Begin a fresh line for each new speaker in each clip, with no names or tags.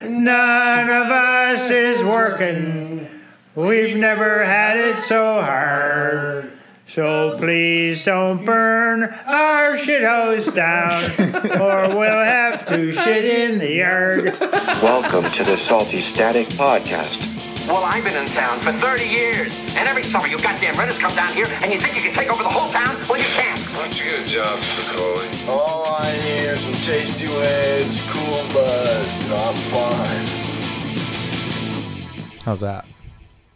None of us is working. We've never had it so hard. So please don't burn our shithouse down, or we'll have to shit in the yard.
Welcome to the Salty Static Podcast.
Well, I've been in town for 30 years, and every summer you goddamn renters come down here, and you think you can take over the whole town? Well, you can't.
That's a good job, Spicoli.
All I need are some tasty waves, cool buzz, and I'm fine.
How's that?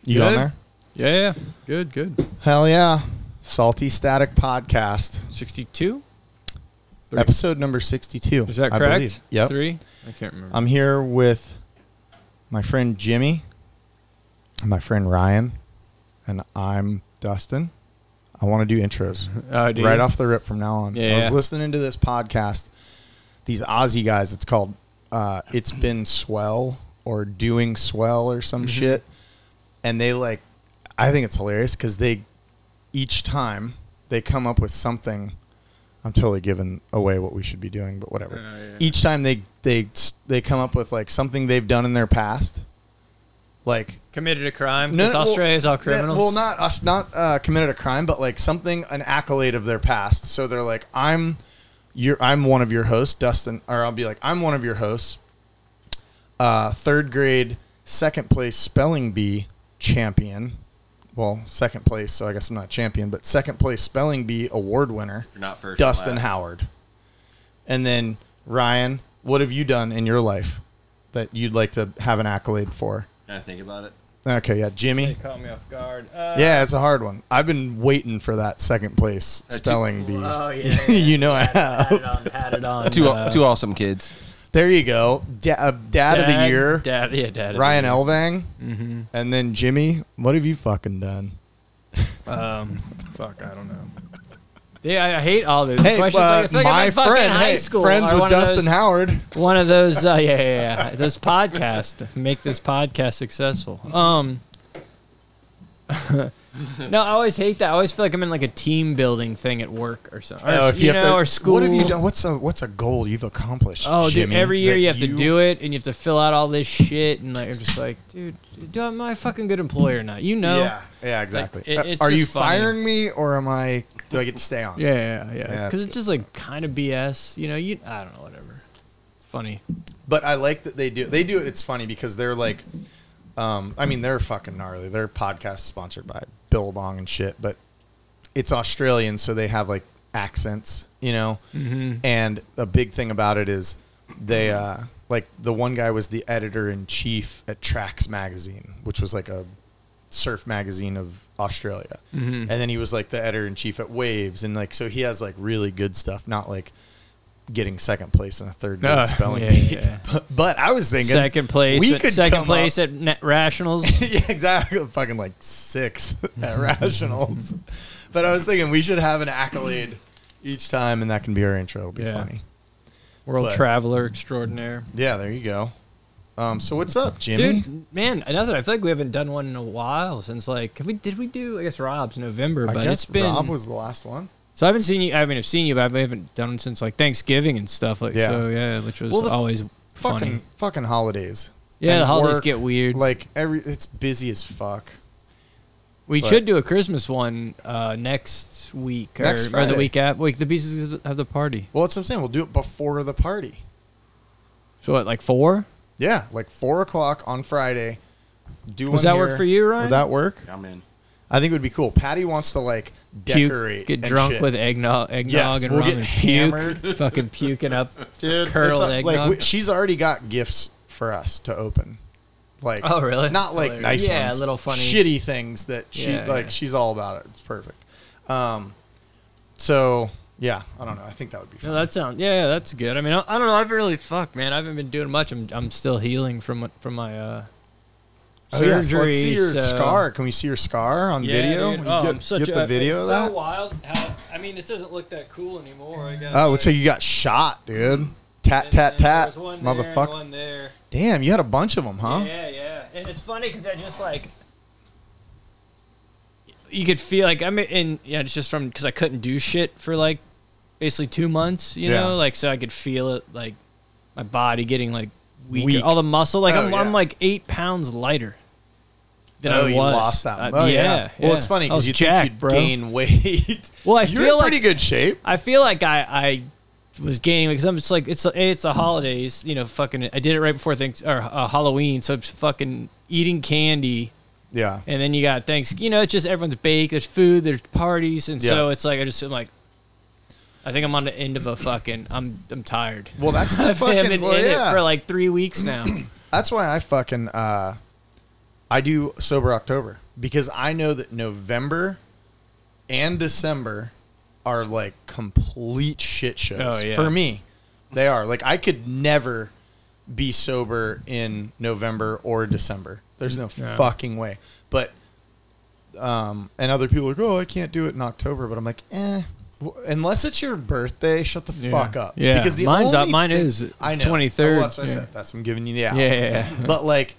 You
Good.
on there?
Yeah, yeah. Good, good.
Hell yeah. Salty Static Podcast,
62?
episode number 62.
Is that
I
correct?
believe. Yep.
Three? I can't remember.
I'm here with my friend Jimmy, and my friend Ryan, and I'm Dustin. I want to do intros
Oh, do
Uh, right
you?
off the rip from now on. I
Yeah,
was
yeah.
listening to this podcast, these Aussie guys, it's called uh, It's Been Swell or Doing Swell or some shit. And they like, I think it's hilarious because they, each time, they come up with something. I'm totally giving away what we should be doing, but whatever. Each time they they they come up with like something they've done in their past, like
committed a crime.
no,
because
well,
Australia is all
no,
criminals.
well, not us, not uh, committed a crime, but like something, an accolade of their past. So they're like, I'm, you're, I'm one of your hosts, Dustin, or I'll be like, I'm one of your hosts. Uh, third grade, second place spelling bee champion. Well, second place, so I guess I'm not champion, but second place spelling bee award winner,
Not first.
Dustin
last.
Howard. And then Ryan, what have you done in your life that you'd like to have an accolade for?
Can I think about it?
Okay, yeah, Jimmy.
They caught me off guard. Uh,
Yeah, it's a hard one. I've been waiting for that second place spelling bee.
Oh, yeah.
you know I
Pat it
have.
on. Pat it on.
Two,
uh,
two awesome kids.
There you go. Da- uh, dad, of the
Dad-
year,
Dad, yeah, dad. of the
Ryan
year. Mm-hmm.
Elvang, and then Jimmy. What have you fucking done?
Um, fuck, I don't know. Yeah, I- I hate all those
Hey,
questions.
uh,
Like, it's like I'm
my
in fucking
friend,
high
hey,
school
friends
or
with
one of
Dustin
those-
Howard.
one of those uh, yeah yeah yeah those podcasts make this podcast successful um no i always hate that i always feel like i'm in like a team building thing at work or something or,
Oh,
you, know or school
What have you done? What's a what's a goal you've accomplished?
oh
Jimmy,
dude every year
that
you have to do it and you have to fill out all this shit and like i'm just like dude do am i a fucking good employer or not you know
Yeah, yeah, exactly.
it-
Uh,
it's
Are
just
you
funny.
firing me or am I? Do I get to stay on?
yeah yeah yeah
Yeah,
because it's just like kind of bs you know you i don't know whatever it's funny
But I like that they do. They do it. It's funny because they're like, um, I mean, they're fucking gnarly. Their podcast sponsored by Billabong and shit, but it's Australian, so they have like accents, you know. And a big thing about it is they uh, like the one guy was the editor in chief at Tracks magazine, which was like a surf magazine of Australia, and then he was like the editor in chief at Waves, and like so he has like really good stuff, not like getting second place in a third grade
Uh,
spelling
yeah,
bee.
yeah.
But, but I was thinking
second place
we
at-
could
second
come
place
up-
at net rationals
yeah, exactly. Fucking like sixth at rationals. But I was thinking we should have an accolade each time, and that can be our intro. It'll be
Yeah.
funny.
world
But-
traveler extraordinaire
Yeah, there you go. Um, so what's up, Jimmy?
Dude, man, another. I feel like we haven't done one in a while since like, have we? Did we do? I guess Rob's November,
I
but
guess
it's been.
Rob was the last one.
so I haven't seen you. I mean, I've seen you, but I haven't done it since like Thanksgiving and stuff. Like,
Yeah.
so yeah, which was
Well, the
always funny.
Fucking fucking holidays.
Yeah,
And
the holidays get weird.
Like every, it's busy as fuck.
we
but-
should do a Christmas one uh, next week or,
Next
or the
Friday.
week after. Like the pieces have the party.
Well, that's what I'm saying. We'll do it before the party.
So what, like four?
Yeah, like four o'clock on Friday. Do
Does
one
that work
here.
for you, Ryan?
Would that work?
I'm in.
I think it would be cool. Patty wants to like
Puke,
decorate,
get
and
drunk
shit.
with eggnog, eggnog
Yes,
and
we'll
rum
get
and puke,
hammered.
fucking puking up,
Dude,
curled
it's a-
eggnog.
Like we, she's already got gifts for us to open. Like
Oh, really?
Not
That's
like
hilarious.
nice
Yeah,
ones.
little funny-
shitty things that she
Yeah,
like.
yeah.
She's all about it. It's perfect. Um, so yeah, I don't know. I think that would be fun.
No, that sounds yeah, yeah, that's good. I mean, I, I don't know. I've really fuck, man. I haven't been doing much. I'm I'm still healing from what- from my uh
oh, yeah, so let's see your
so-
scar. Can we see your scar on
Yeah,
video?
dude.
You
Oh,
get,
I'm such
get the
a-
video
it's
of
So
that.
wild. How, I mean, it doesn't look that cool anymore. I guess.
Oh, it looks like you got shot, dude. Tat tat tat, motherfucker.
One there.
Damn, you had a bunch of them, huh?
Yeah, yeah. And it's funny because I just like. You could feel like I'm in, yeah, it's just from because I couldn't do shit for like basically two months, you
Yeah.
know, like so I could feel it, like my body getting like weaker.
Weak.
All the muscle, like
Oh,
I'm,
yeah.
I'm like eight pounds lighter than
oh,
I was.
you lost that.
Uh,
oh, yeah. Well, it's
yeah.
funny
I was
because you
jacked,
think you'd
bro.
gain weight.
Well, I
You're
feel
in
like-
pretty good shape.
I feel like I I was gaining because I'm just like it's A, it's the holidays, you know. Fucking, I did it right before things or uh, Halloween, so I'm just fucking eating candy,
Yeah.
and then you got thanks. You know, it's just everyone's baked. There's food. There's parties, and so
Yeah.
it's like I just I'm like. I think I'm on the end of a fucking. I'm I'm tired.
Well, that's the
I've
fucking.
been
Well,
in
yeah.
it for like three weeks now.
That's why I fucking uh, I do sober October because I know that November and December are like complete shit shows
Oh, yeah.
for me. They are like I could never be sober in November or December. There's no fucking way. But um, and other people are like, oh, I can't do it in October. But I'm like, eh. w- Unless it's your birthday, shut the fuck up.
Yeah.
because the
Mine's up-
only
mine
thing-
is
I know Oh,
23rd.
Well, that's what I
Yeah.
said. That's I'm giving you the out.
Yeah, yeah, yeah.
but like,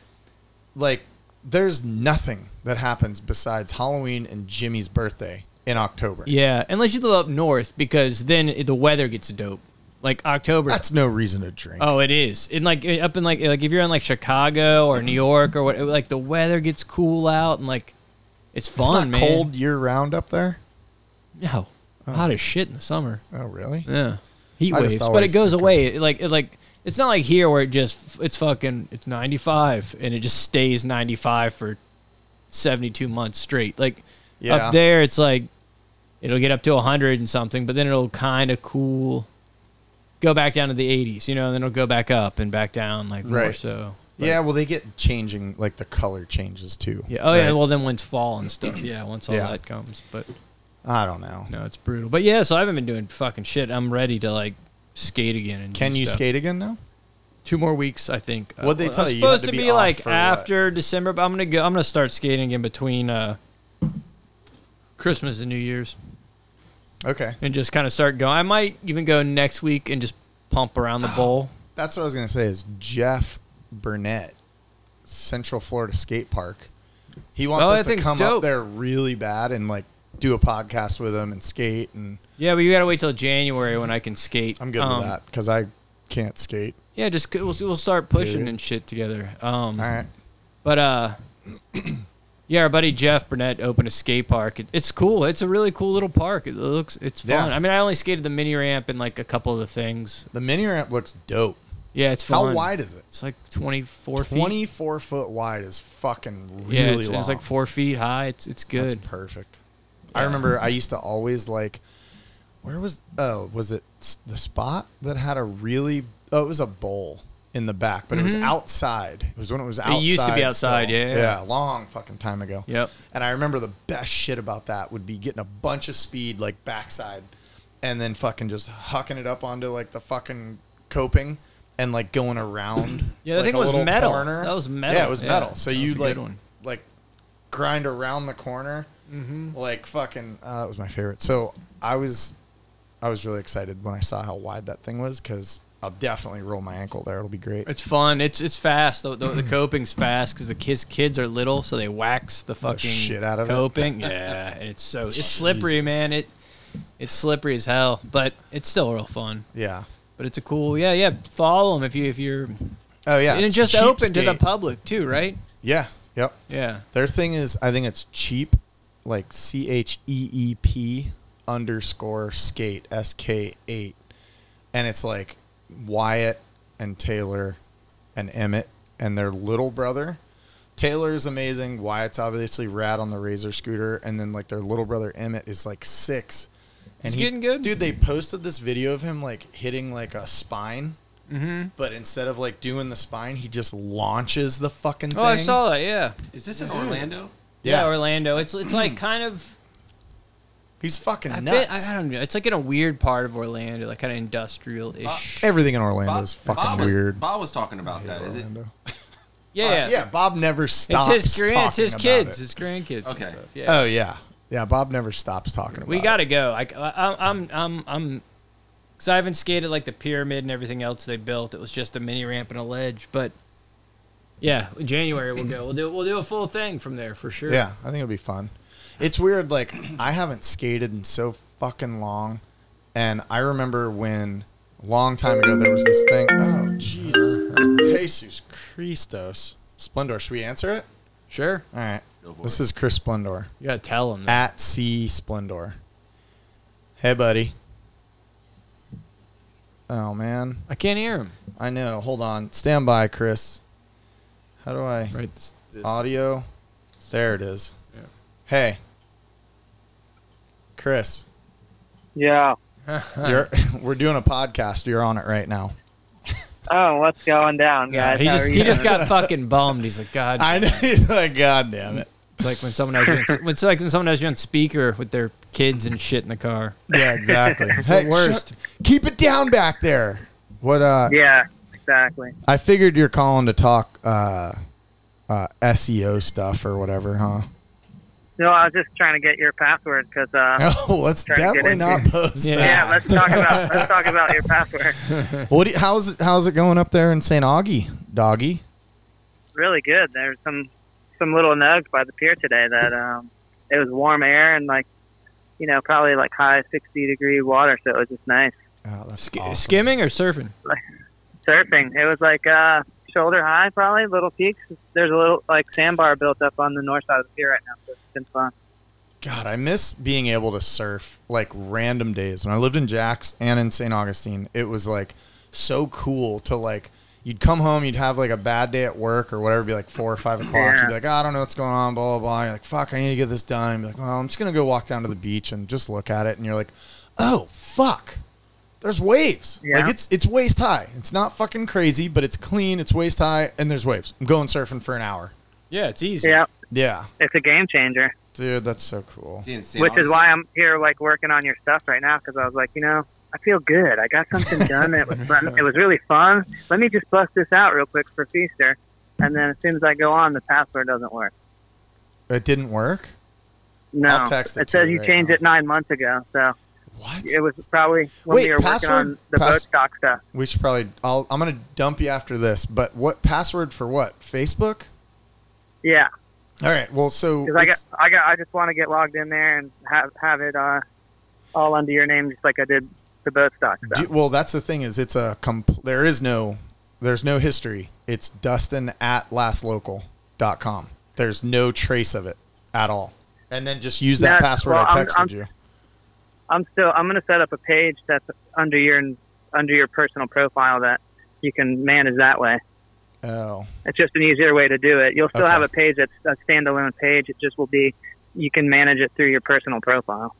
like there's nothing that happens besides Halloween and Jimmy's birthday in October.
yeah, unless you live up north, because then the weather gets dope. Like October,
that's no reason to drink.
Oh, it is. And like up in like like if you're in like Chicago or New York or what, like the weather gets cool out and like it's
it's
fun,
not
man.
cold year round up there.
No, hot as shit in the summer.
Oh really?
Yeah, heat
I just
waves, but
always
it goes
think of-
away. It, like it, like it's not like here where it just it's fucking it's 95 and it just stays 95 for 72 months straight. Like
Yeah.
up there, it's like it'll get up to 100 and something, but then it'll kind of cool. Go back down to the 80s, you know, and then it'll go back up and back down, like more
Right.
so.
yeah. Well, they get changing like the color changes too.
Yeah. Oh yeah.
right?
Well, then once fall and stuff. Yeah. Once all
Yeah.
that comes, but
I don't know.
no, it's brutal. But yeah, so I haven't been doing fucking shit. I'm ready to like skate again. And
Can
do
you
stuff.
skate again now?
Two more weeks, I think. Uh,
What'd they
well, I
tell
was
you? You had
Supposed
to
to
be
be,
off
like
for uh, what?
after December, but I'm gonna go. I'm gonna start skating in between uh, Christmas and New Year's,
Okay.
and just kind of start going. I might even go next week and just pump around the bowl.
That's what I was gonna say. Is Jeff Burnett, Central Florida Skate Park. He wants
Oh,
us
that
to
thing's
come up
dope.
there really bad and like do a podcast with him and skate and
Yeah, but you gotta wait till January when I can skate.
I'm good
Um,
with that because I can't skate.
Yeah, just c- we'll we'll start pushing and shit together. Um,
All right.
But uh, yeah, our buddy Jeff Burnett opened a skate park. It, it's cool. It's a really cool little park. It looks it's
Yeah.
fun. I mean, I only skated the mini ramp and like a couple of the things.
The mini ramp looks dope.
Yeah, it's
How
fun.
wide is it?
It's like twenty four feet.
24 foot wide is fucking really
yeah, it's,
long.
it's like four feet high. It's it's
That's
good.
perfect. I remember I used to always like, where was, oh, was it s- the spot that had a really, oh, it was a bowl in the back, but it was outside. It was when it was outside.
Mm-hmm. used to be outside,
still.
yeah.
Yeah, a long fucking time ago.
Yep.
And I remember the best shit about that would be getting a bunch of speed like backside and then fucking just hucking it up onto like the fucking coping and like going around.
Yeah, that
like,
thing
a
was
little
metal. That was metal.
Yeah, it was
Yeah,
metal. So
that
you
was a
like
good one.
like grind around the corner.
Mm-hmm.
Like fucking uh, that was my favorite. So I was I was really excited when I saw how wide that thing was cuz I'll definitely roll my ankle there. It'll be great.
It's fun. It's it's fast. The, the, the coping's fast because the kids kids are little, so they wax the fucking
shit out of it.
coping. Yeah, and it's so it's slippery,
Jesus.
man. It it's slippery as hell, but it's still real fun.
Yeah.
But it's a cool. Yeah, yeah. Follow them if you if you're
Oh yeah.
and it
it's
just
cheap
open to the
skate.
public too, right?
Yeah. Yep.
Yeah.
Their thing is, I think it's cheap, like C H E E P underscore skate S K eight, and it's like Wyatt and Taylor and Emmett and their little brother. Taylor is amazing. Wyatt's obviously rad on the Razor scooter, and then like their little brother Emmett is like six. And
He's getting good.
dude. They posted this video of him like hitting like a spine.
Mm-hmm.
But instead of like doing the spine, he just launches the fucking thing.
Oh, I saw that. Yeah.
Is this in Orlando?
Yeah, Orlando. It's it's like kind of.
He's fucking
I,
nuts.
bet- I don't know. It's like in a weird part of Orlando, like kind of industrial ish.
Everything in Orlando is fucking
Bob was,
weird.
Bob was talking about that. Is it?
Orlando.
yeah.
yeah, Bob never
It's
stops.
his grand. It's
talking
his
about
kids.
it.
His grandkids. and
Okay.
stuff, Yeah.
Oh yeah, yeah. Bob never stops talking about.
we gotta go. I, I, I'm I'm I'm. Cause I haven't skated like the pyramid and everything else they built. It was just a mini ramp and a ledge, but yeah, in January we'll go. We'll do we'll do a full thing from there for sure.
It. Yeah, I think it'll be fun. It's weird. Like I haven't skated in so fucking long, and I remember when long time ago there was this thing. Oh Jesus! Hey Jesus Christos. Splendor. Should we answer it?
Sure.
All right.
Go for
This
it.
is Chris Splendor
You gotta tell him. That.
at C Splendor. Hey, buddy. Oh man,
I can't hear him.
I know. Hold on. Stand by, Chris. How do I
Right. this- this-
audio? There it is.
Yeah.
Hey, Chris.
Yeah.
You're, we're doing a podcast. You're on it right now.
Oh, what's going down,
Yeah,
guys?
he
How
just
are
he
you
just
doing?
got fucking bummed. He's like, God,
I know. He's like, God damn it.
it's like when someone has you on, it's like when someone has you on speaker with their kids and shit in the car.
Yeah, exactly. hey, shut-
worst.
keep it down back there. What? Uh,
Yeah, exactly.
I figured you're calling to talk uh, uh, SEO stuff or whatever, huh?
No, I was just trying to get your password because. Uh,
Oh, let's
Trying to get
definitely not
into-
post
Yeah.
Yeah,
that.
let's talk about let's talk about your password.
What? Do you, how's it? How's it going up there in St. Augie, doggy?
Really good. There's some some little nugs by the pier today that um, it was warm air and like you know probably like high 60 degree water, so it was just nice.
Oh, that's
Sk-
awesome.
Skimming or surfing?
surfing. It was like uh, shoulder high, probably little peaks. There's a little like sandbar built up on the north side of the pier right now, so it's been fun.
God, I miss being able to surf like random days. When I lived in Jack's and in St. Augustine, it was like so cool to like you'd come home, you'd have like a bad day at work or whatever, be like four or five o'clock. You'd be like, "Oh, I don't know what's going on, blah blah blah. You're like, fuck, I need to get this done. And be like, well, I'm just gonna go walk down to the beach and just look at it. And you're like, oh fuck, there's waves.
Yeah.
Like it's it's waist high. It's not fucking crazy, but it's clean. It's waist high, and there's waves. I'm going surfing for an hour.
Yeah, it's easy.
Yeah,
Yeah,
it's a game changer,
dude, that's so cool.
See, in St.
which is
Augustine-
why I'm here like working on your stuff right now because I was like, you know, I feel good. I got something done. It was fun. it was really fun. Let me just bust this out real quick for Feaster, and then as soon as I go on, the password doesn't work.
It didn't work.
No,
I'll text it to
says
you
you
right
changed
now.
it nine months ago, so
What?
it was probably when
Wait,
we were working
password-
on the
pass-
boat stock stuff.
We should probably. I'll, I'm gonna dump you after this. But what password for what? Facebook.
Yeah.
All right. Well, so
Because I got,
it's-
I got, I just want to get logged in there and have have it uh, all under your name, just like I did the boat stock stuff.
do- well, that's the thing is it's a comp- there is no there's no history. It's Dustin at lastlocal.com. There's no trace of it at all. And then just use that
Yeah,
password
well,
I
I'm-
texted
I'm-
you.
I'm still, I'm gonna set up a page that's under your under your personal profile that you can manage that way.
Oh,
It's just an easier way to do it. You'll still
Okay.
have a page that's a standalone page. It just will be you can manage it through your personal profile.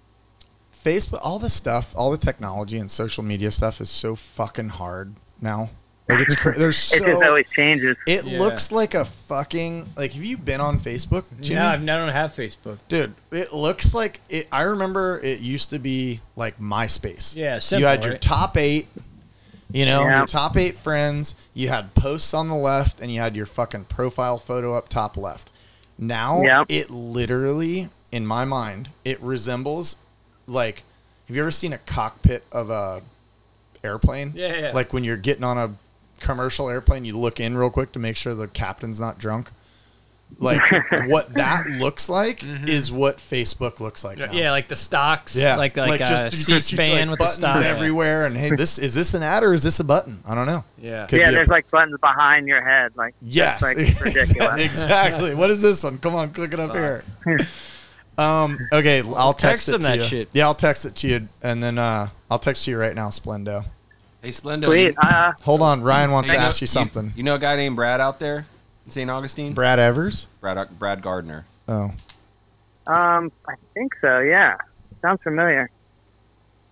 Facebook. All the stuff, all the technology and social media stuff is so fucking hard now. Like it's cra- there's
It just
so
always changes.
it
Yeah.
looks like a fucking like. Have you been on Facebook? Jimmy?
Yeah, I've- I don't have Facebook.
Dude, it looks like it. I remember it used to be like MySpace.
Yeah, simple,
you had your
right?
top eight, you know,
Yeah.
your top eight friends. You had posts on the left, and you had your fucking profile photo up top left. Now
Yeah.
it literally, in my mind, it resembles like. Have you ever seen a cockpit of a airplane?
Yeah, yeah, yeah.
Like when you're getting on a commercial airplane, you look in real quick to make sure the captain's not drunk like what that looks like is what Facebook looks like now.
Mm-hmm. Yeah, like the stocks.
Yeah,
like like, uh,
you just- you just,
C-SPAN
like,
with the
buttons
stocks
everywhere, and hey, this is this an ad or is this a button? I don't know.
Yeah.
Could
yeah,
be a-
there's like buttons behind your head, like
yes,
like ridiculous.
exactly. What is this one? Come on, click it up here. Um. Okay, l- I'll text,
Text
it
them
to
that
you.
shit.
Yeah, I'll text it to you, and then uh, I'll text you right now, Splendo.
Hey, Splendo.
sweet.
you-
Uh,
Hold on, Ryan wants to
know-
ask you something.
You know a guy named Brad out there in St. Augustine?
Brad Evers.
Brad, uh, Brad Gardner.
Oh,
um, I think so. Yeah, sounds familiar.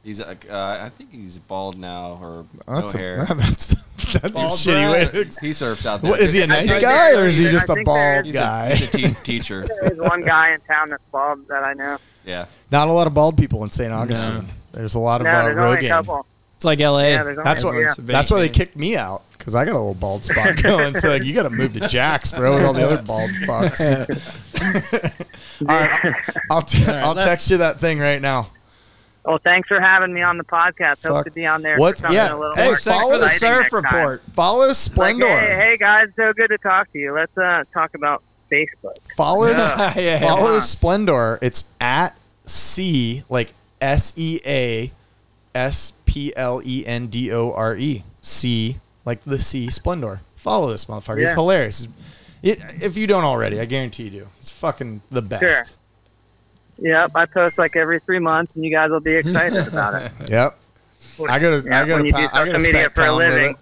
He's uh, uh, I think he's bald now or
that's
no
a,
hair.
that's that's a
Bald
shitty way
Brad.
to
He surfs out there.
What is he a nice
think
guy
there-
or is he
I
just a
think there
bald
is-
He's a,
guy?
he's a te- teacher.
There's one guy in town that's bald that I know.
Yeah.
Not a lot of bald people in St. Augustine. There's a lot of
No,
uh,
there's only a
Rogaine.
couple.
It's like LA.
Yeah, there's only
That's
a
what.
few.
That's why they kicked me out because I got a little bald spot going. so like, you got to move to Jack's, bro, with all the other bald fucks. all right, I'll t-
right,
I'll
let's-
text you that thing right now.
Well, thanks for having me on the podcast. Hope
Fuck.
to be on there.
What's-
for something
yeah.
A little
Hey,
more
Thanks for
follow
the
exciting
surf
next time.
report.
Follow
Like,
Splendor.
hey, hey guys, so good to talk to you. Let's uh, talk about Facebook.
Follow
Yeah, yeah,
follow
yeah.
Splendor. It's at C like S E A S P L E N D O R E C like the C Splendor. Follow this motherfucker. He's
Yeah.
hilarious. It, if you don't already, I guarantee you do. He's fucking the best.
Sure. Yep, I post like every three months, and you guys will be excited about it.
Yep. I go to
Yeah,
I go
when
to
you do
pa- I go to
social media
Spec
for a
Town with
living.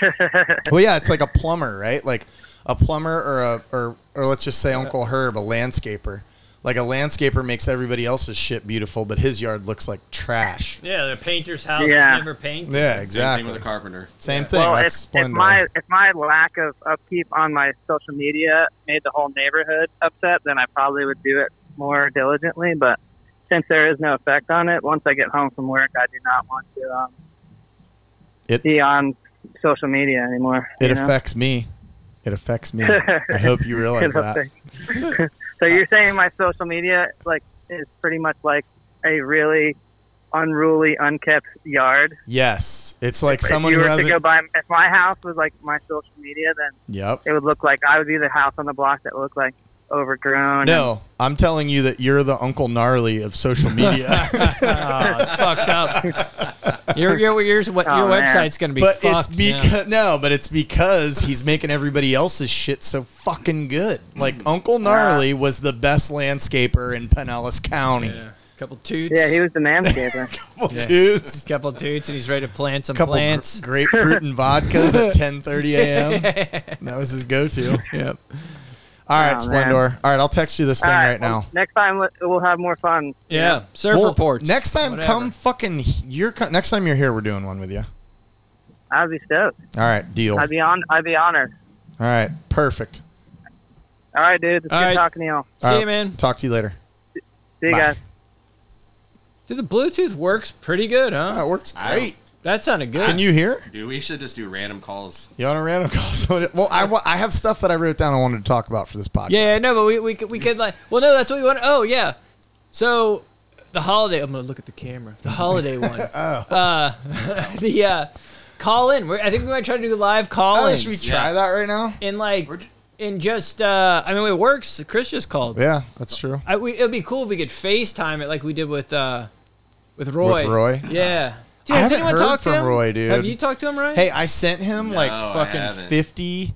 it. well, yeah, it's like a plumber, right? Like a plumber or a or or let's just say Uncle Herb, a landscaper. Like a landscaper makes everybody else's shit beautiful, but his yard looks like trash.
Yeah, the painter's house
Yeah.
is never painted.
Yeah,
Same thing
exactly.
with a carpenter.
Same thing.
Well,
That's
if, if
splendor.
my if my lack of upkeep on my social media made the whole neighborhood upset, then I probably would do it more diligently. But since there is no effect on it, once I get home from work, I do not want to um,
It-
be on social media anymore.
it
you know?
affects me. It affects me. I hope you realize that.
so you're saying my social media like is pretty much like a really unruly, unkept yard.
Yes, it's like
If
someone
you
who
were to
hasn't.
go by, if my house was like my social media, then
Yep.
it would look like I would be the house on the block that looked like overgrown.
No, I'm telling you that you're the Uncle Gnarly of social media.
Oh, it's fucked up. Your your your, what,
Oh,
your
man.
website's gonna be
but
fucked.
it's
yeah.
because no, but it's because he's making everybody else's shit so fucking good. Like
Mm.
Uncle Gnarly was the best landscaper in Pinellas County.
Yeah. Couple toots.
And, yeah, he was the manscaper.
Couple
Yeah.
dudes,
Couple toots, and he's ready to plant some
couple gr-
plants.
grapefruit and vodkas at 10:30 a.m. That was his go-to.
yep.
All right,
Oh, man.
Splendor. All right, I'll text you this thing
All
right,
well,
now.
Next time we- we'll have more fun.
Yeah. Surf
Well,
reports.
Next time,
Whatever.
come fucking. You're co- next time you're here, we're doing one with you.
I'd be stoked.
All right, deal.
I'd be on. I'd be honored.
All right, perfect.
All right, dude. It's
All
good
right.
talking to y'all.
See
All
you, man.
Talk to you later.
See you
Bye.
guys.
Dude, the Bluetooth works pretty good, huh?
That Oh, works
I
great.
That sounded good.
Uh, Can you hear?
Dude, we should just do random calls.
You on a random call? So well, I, wa- I have stuff that I wrote down I wanted to talk about for this podcast.
Yeah, yeah, no, but we we could, we could like. Well, no, that's what we want. Oh, yeah. So the holiday. I'm gonna look at the camera. The holiday one. oh. Uh, the uh, call in. We're, I think we might try to do live call
Oh,
in.
should we try that right now?
in like
We're j-
in just. Uh, I mean, it works. Chris just called.
Yeah, that's true.
I, we, it'd be cool if we could FaceTime it like we did with uh, with Roy.
Roy?
Yeah. Dude,
I
has
haven't
anyone
heard
talked
from
to him?
Roy, dude.
Have you talked to him, Ryan?
Hey, I sent him like
I
fucking
haven't.
fifty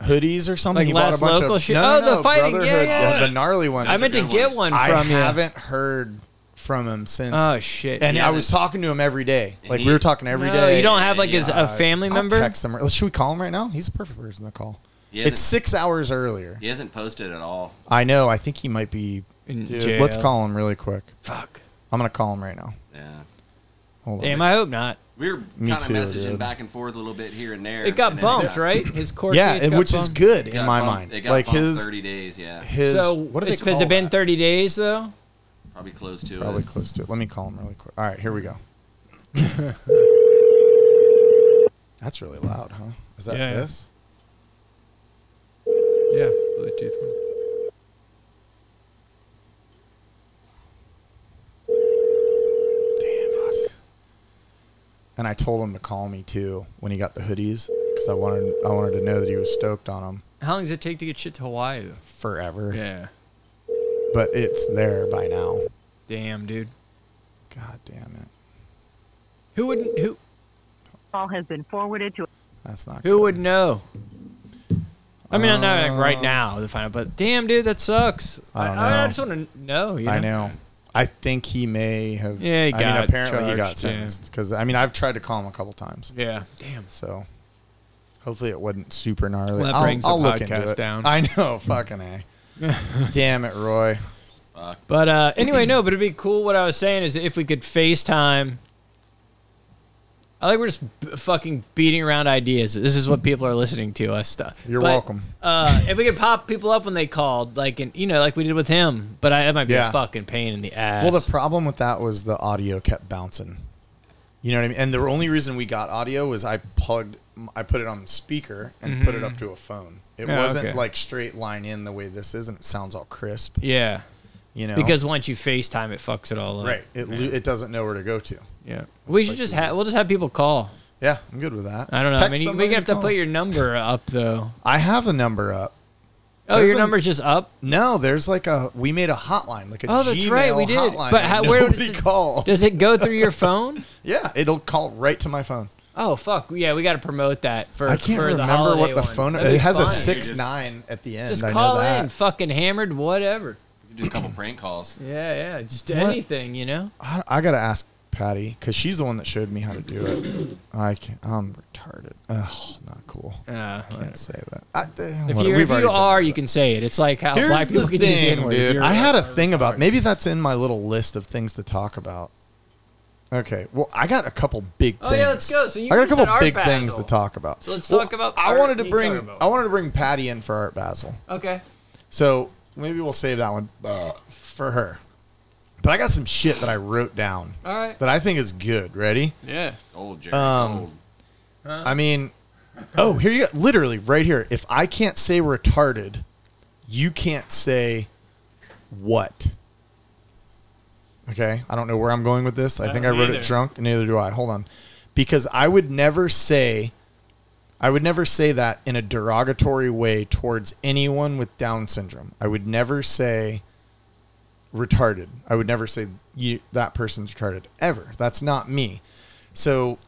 hoodies or something.
Like
he bought a
last
bunch
local
of
shit?
no, no,
Oh, the
no,
fighting- yeah,
Brotherhood,
yeah.
The, the gnarly one.
I meant to
good
get
ones.
one
I
from you.
haven't heard from him since.
Oh shit.
and
Yeah,
I was
that's-
talking to him every day. Like
he-
we were talking every day.
no, you don't have like
Yeah,
his
yeah.
a family
I'll
member.
text him. Should we call him right now? He's a perfect person to call.
He
it's
hasn't,
six hours earlier.
he hasn't posted at all.
I know. I think he might be.
In
Dude,
jail.
let's call him really quick.
Fuck.
I'm gonna call him right now.
Yeah.
Hold
Damn,
on.
I hope not.
We were
Me
kind of
too,
messaging
dude.
back and forth a little bit here and there.
It got
and then
bumped,
got-
right? His court
yeah,
case
and
got
which is
bumped.
good
it
in
got
my
bumped- It
mind.
got
Like
bumped
his
30 days, yeah.
his
so
what do they
it's-
call
has it been
that?
30 days though?
Probably close to
Probably
it.
close to it. Let me call him really quick. All right, here we go. That's really loud, huh? Is that
Yeah, yeah.
this?
Yeah, Bluetooth one.
Damn. Fuck. And I told him to call me too when he got the hoodies because I wanted I wanted to know that he was stoked on them
How long does it take to get shit to Hawaii though?
forever.
Yeah.
But it's there by now.
Damn, dude.
God damn it.
Who wouldn't who
Call has been forwarded to.
That's not.
who
good.
would know? I mean, not like right now to find out, but damn, dude, that sucks.
Uh, I don't
I,
know.
just want to know. You know?
I know. I think he may have.
Yeah, he
I mean,
got
apparently he got
charged, yeah.
sentenced because I mean I've tried to call him a couple times.
Yeah. Damn.
So hopefully it wasn't super gnarly.
Well, that
I'll,
brings the
I'll look
podcast
into it.
down.
I know, fucking a. Damn it, Roy.
But uh, anyway, no, but it'd be cool. What I was saying is if we could FaceTime. I like we're just b- fucking beating around ideas. This is what people are listening to us stuff.
You're
But,
welcome.
Uh, if we could pop people up when they called, like and you know, like we did with him, but I, that might be
Yeah.
a fucking pain in the ass.
Well, the problem with that was the audio kept bouncing. You know what I mean? And the only reason we got audio was I plugged, I put it on speaker and put it up to a phone. It
Mm-hmm. Oh,
wasn't
okay.
like straight line in the way this is, and it sounds all crisp.
yeah,
You know,
because once you FaceTime, it fucks it all up.
right, it lo- it doesn't know where to go to.
Yeah, we should just have we'll just have people call.
Yeah, I'm good with that.
I don't know.
Text
I mean, you- we
somebody
gonna have to
call.
put your number up though.
I have a number up.
Oh,
There's
your
a-
number's just up.
No, there's like a we made a hotline, like a
Oh, that's
Gmail
right, we did.
hotline.
But
that
how- where does
nobody
it-
call?
Does it go through your phone?
yeah, it'll call right to my phone.
Oh fuck yeah, we got to promote that for.
I can't
for the
remember
holiday
what the
one.
phone.
That'd be
It has a
fun.
six nine at the end.
Just
I
call
know that.
in, fucking hammered, whatever.
We can do a couple prank calls.
Yeah, yeah, just
What?
anything, you know.
I, I gotta ask Patty because she's the one that showed me how to do it. I can I'm retarded. Oh, not cool.
Uh,
Can't say that. I, damn,
if
what-
you,
we've
if
already
you
done
are, you can say it. It's like how
Here's
black people
the
can use the
thing,
N-word.
dude.
You're
I had a
retarded.
thing about maybe that's in my little list of things to talk about. Okay, well, I got a couple big
Oh,
things.
yeah, let's go. So you
I got a
just
couple
said Art
big
Basel.
things to talk about.
So let's
Well,
talk about
I
Art
wanted to bring.
Nicaragua.
I wanted to bring Patty in for Art Basel.
Okay.
So maybe we'll save that one uh, for her. But I got some shit that I wrote down
All right.
that I think is good. Ready?
Yeah.
Old Jerry.
Um,
old.
I mean, oh, here you go. Literally, right here. If I can't say retarded, you can't say what. Okay. I don't know where I'm going with this. I, think I
don't
wrote
either.
it drunk, and neither do I. Hold on. Because I would never say. I would never say that in a derogatory way towards anyone with Down syndrome. I would never say retarded. I would never say you, that person's retarded ever. That's not me. So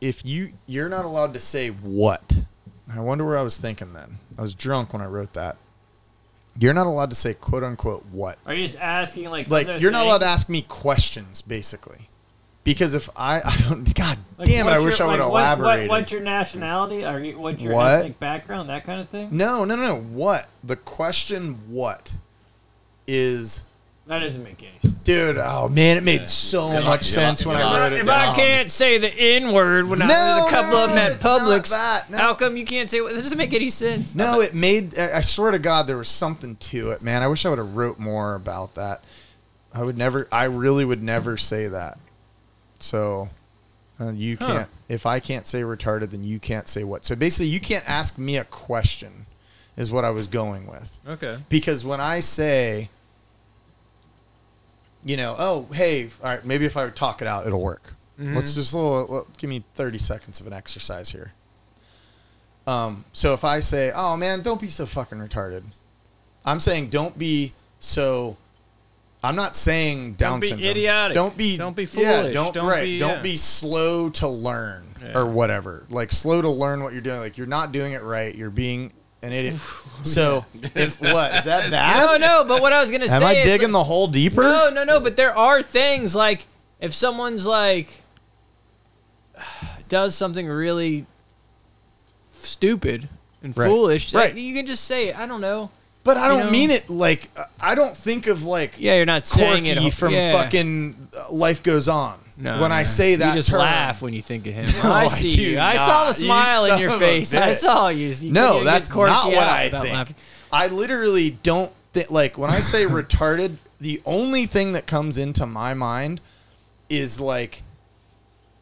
if you you're not allowed to say what i wonder where i was thinking then i was drunk when i wrote that you're not allowed to say quote unquote what
Are you just asking
like you're not allowed to ask me questions basically because if i i don't god
Like,
damn it i
what's
wish
your-
i would
like, what- what-
elaborate
what's your nationality? Are you, what's your
What?
ethnic background? That kind of thing.
no no no no. what the question what is
That doesn't make any sense.
dude oh man it made so much
yeah,
sense when
yeah.
i wrote it
If
down.
I can't say the N word when I was
No,
with a couple
no,
of them at
it's not
Publix,
that, no.
how come you can't say? That doesn't make any sense.
No, it made. I I swear to God, there was something to it, man. I wish I would have wrote more about that. I would never. I really would never say that. So, uh, you can't. If I can't say retarded, then you can't say what. So basically, you can't ask me a question, is what I was going with.
Okay.
Because when I say, you know, oh hey, all right, maybe if I talk it out, it'll work.
Mm-hmm.
Let's just a little. well, Give me thirty seconds of an exercise here. Um, So if I say, "Oh man, don't be so fucking retarded," I'm saying don't be so. I'm not saying Down
Don't be
syndrome.
idiotic.
Don't be.
Don't be
yeah,
foolish.
don't
Don't
right.
be-
don't
yeah.
be slow to learn or whatever. Like slow to learn what you're doing. Like you're not doing it right. You're being an idiot. so if what is that bad?
No, no. But what I was gonna say.
Am I
is,
digging the hole deeper?
No, no, no. But there are things like if someone's like does something really stupid and
Right.
foolish,
Right.
you can just say, it. I don't know.
but I don't
know-
mean it like uh, I don't think of like
Yeah, you're not saying it
Corky from
yeah.
fucking uh, Life Goes On.
No,
when I
no.
say that,
you just
term.
laugh when you think of him.
No,
I
I
see
do
you. I
not.
saw the
You
smile in
son
your
of a
face. I
bitch.
saw you. You couldn't
No,
get
that's
quirky
not what
out
I
without
think.
laughing.
I literally don't think like when I say retarded, the only thing that comes into my mind is like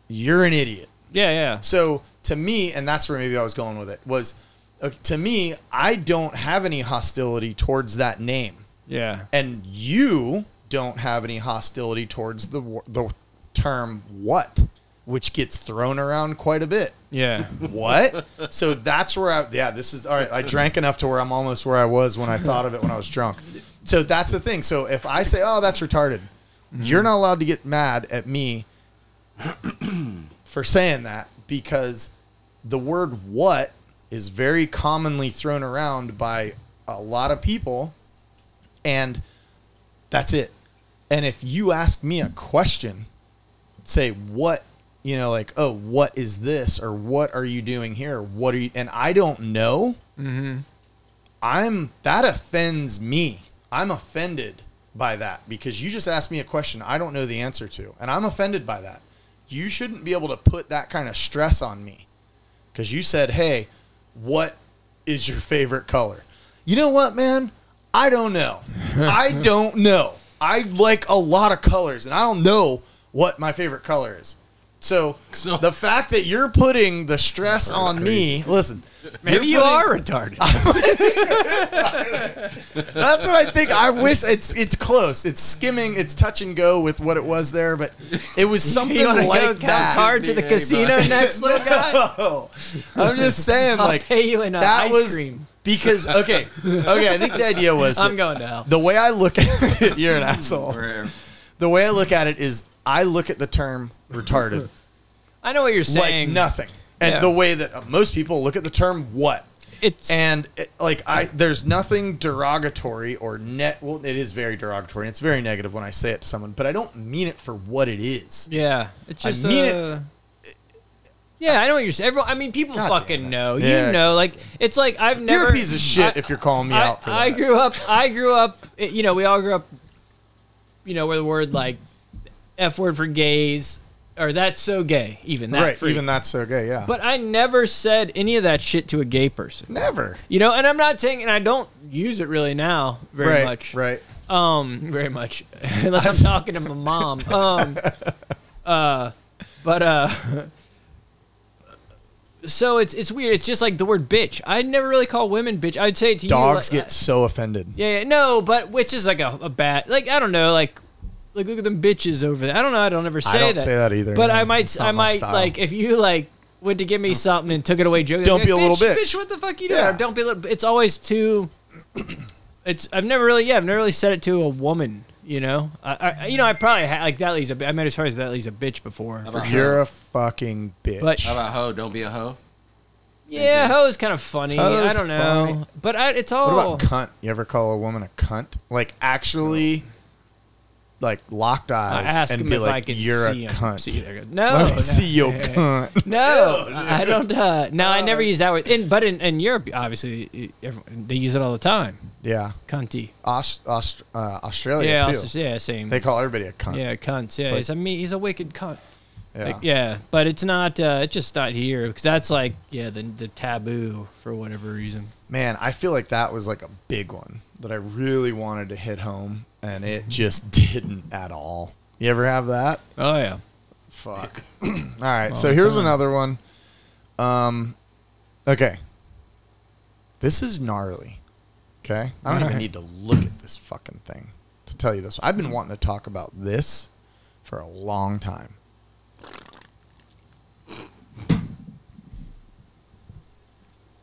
you're an idiot.
Yeah, yeah.
So to me, and that's where maybe I was going with it was uh, to me, I don't have any hostility towards that name,
Yeah.
and you don't have any hostility towards the wo- the term what, which gets thrown around quite a bit
Yeah.
what? So that's where I yeah, this is all right. I drank enough to where I'm almost where I was when I thought of it when I was drunk. So that's the thing. So if I say, "Oh, that's retarded," you're not allowed to get mad at me for saying that because the word "what" is very commonly thrown around by a lot of people, and that's it. And if you ask me a question, say what you know like oh what is this or what are you doing here what are you and i don't know i'm that offends me i'm offended by that because you just asked me a question i don't know the answer to and i'm offended by that you shouldn't be able to put that kind of stress on me because you said hey what is your favorite color you know what man i don't know i don't know i like a lot of colors and i don't know what my favorite color is so,
So-
the fact that you're putting the stress on me listen
Maybe you are retarded.
That's what I think. I wish it's it's close. It's skimming. It's touch and go with what it was there, but it was something
you want to
like
go count
that.
cards at the
Could be
casino
anybody.
next, little guy?
Oh, I'm just saying,
I'll
like
pay you in uh,
that
ice
was
cream.
because okay, okay. I think the idea was
I'm
that
going to hell.
the way I look at it. You're an asshole.
Where-
The way I look at it is I look at the term retarded.
I know what you're
saying. Like nothing. And
Yeah.
the way that uh, most people look at the term what.
It's
and it, like I there's nothing derogatory or net well it is very derogatory and it's very negative when I say it to someone, but I don't mean it for what it is.
Yeah, it's just
I mean it
uh, Yeah, I know what you're saying. Everyone, I mean, people fucking know.
Yeah.
You know, like it's like I've never.
You're a piece of shit if you're calling me
I,
out for
I
that.
grew up. I grew up. You know, we all grew up. You know, where the word like f word for gays or that's so gay. Even that.
right,
freak.
even that's so gay, yeah.
But I never said any of that shit to a gay person.
Never.
You know, and I'm not saying, and I don't use it really now very
Right,
much.
Right.
Um, very much. Unless I'm talking to my mom. Um, uh, but uh, so it's it's weird. It's just like the word bitch. I never really call women bitch. I'd say it to
Dogs
you. like-
get so offended.
yeah, yeah, no, but which is like a, a bad, like I don't know, like like look at them bitches over there. I don't know. I don't ever say
I don't
that.
say that either,
But
no.
I might,
It's not
I
my
might
style.
like if you like went to give me something and took it away, joking.
Don't be a little bitch."
Bitch, what the fuck you doing? Or Don't be a little. It's always too. It's I've never really yeah I've never really said it to a woman. You know, I, I you know I probably ha- like that. Lee's a bi- I met as far as that. Lee's a bitch before. For
about
sure.
You're a fucking bitch.
But-
How about hoe? Don't be a hoe.
Yeah, hoe is kind of funny. I
Hoe's
don't know,
funny.
but I, it's all.
What about cunt? You ever call a woman a cunt? Like actually, like locked eyes
ask
and
him
be
if
like,
I can
"You're
see
a
him."
cunt."
See, there goes- No,
Let me
no.
see your
Yeah.
cunt.
No, I don't. Uh, no, I never use that word. In, but in, in Europe, obviously, e- everyone, they use it all the time.
Yeah,
Cunty.
Aus- Aust- uh, Australia
Yeah,
too.
Aust- yeah, same.
They call everybody a cunt.
Yeah, cunts. Yeah,
like-
he's a me. He's a wicked cunt.
Yeah.
Like, yeah, but it's not. Uh, it's just not here because that's like yeah, the the taboo for whatever reason.
Man, I feel like that was like a big one that I really wanted to hit home, and it
Mm-hmm.
just didn't at all. You ever have that?
Oh yeah.
Fuck. all right,
All
so
the
here's
time.
another one. Um, okay. This is gnarly. Okay, I don't even
Alright.
need to look at this fucking thing to tell you this. I've been wanting to talk about this for a long time.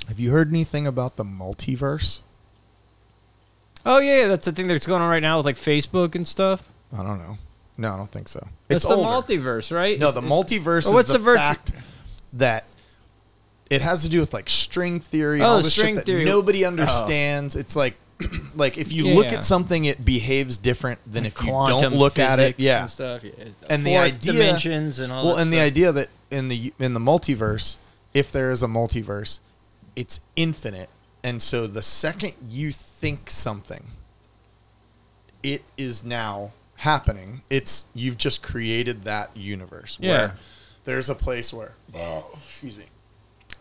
Have you heard anything about the multiverse?
Oh yeah, that's the thing that's going on right now with like Facebook and stuff.
I don't know. No, I don't think so.
That's
it's
the
older.
multiverse, right?
No, the multiverse
Oh,
is
what's
the,
the vir-
fact that it has to do with like string theory, and
Oh,
all this shit
string
that
theory. Oh.
nobody understands. It's like like if you
Yeah,
look
yeah.
at something, it behaves different than if you
Quantum
don't look at it.
physics
Yeah,
And stuff. Yeah.
and the
Fourth
idea
dimensions and all.
well,
that
and
stuff.
the idea that in the in the multiverse, if there is a multiverse, it's infinite, and so the second you think something, it is now happening. It's you've just created that universe
Yeah.
where there's a place where oh, excuse me,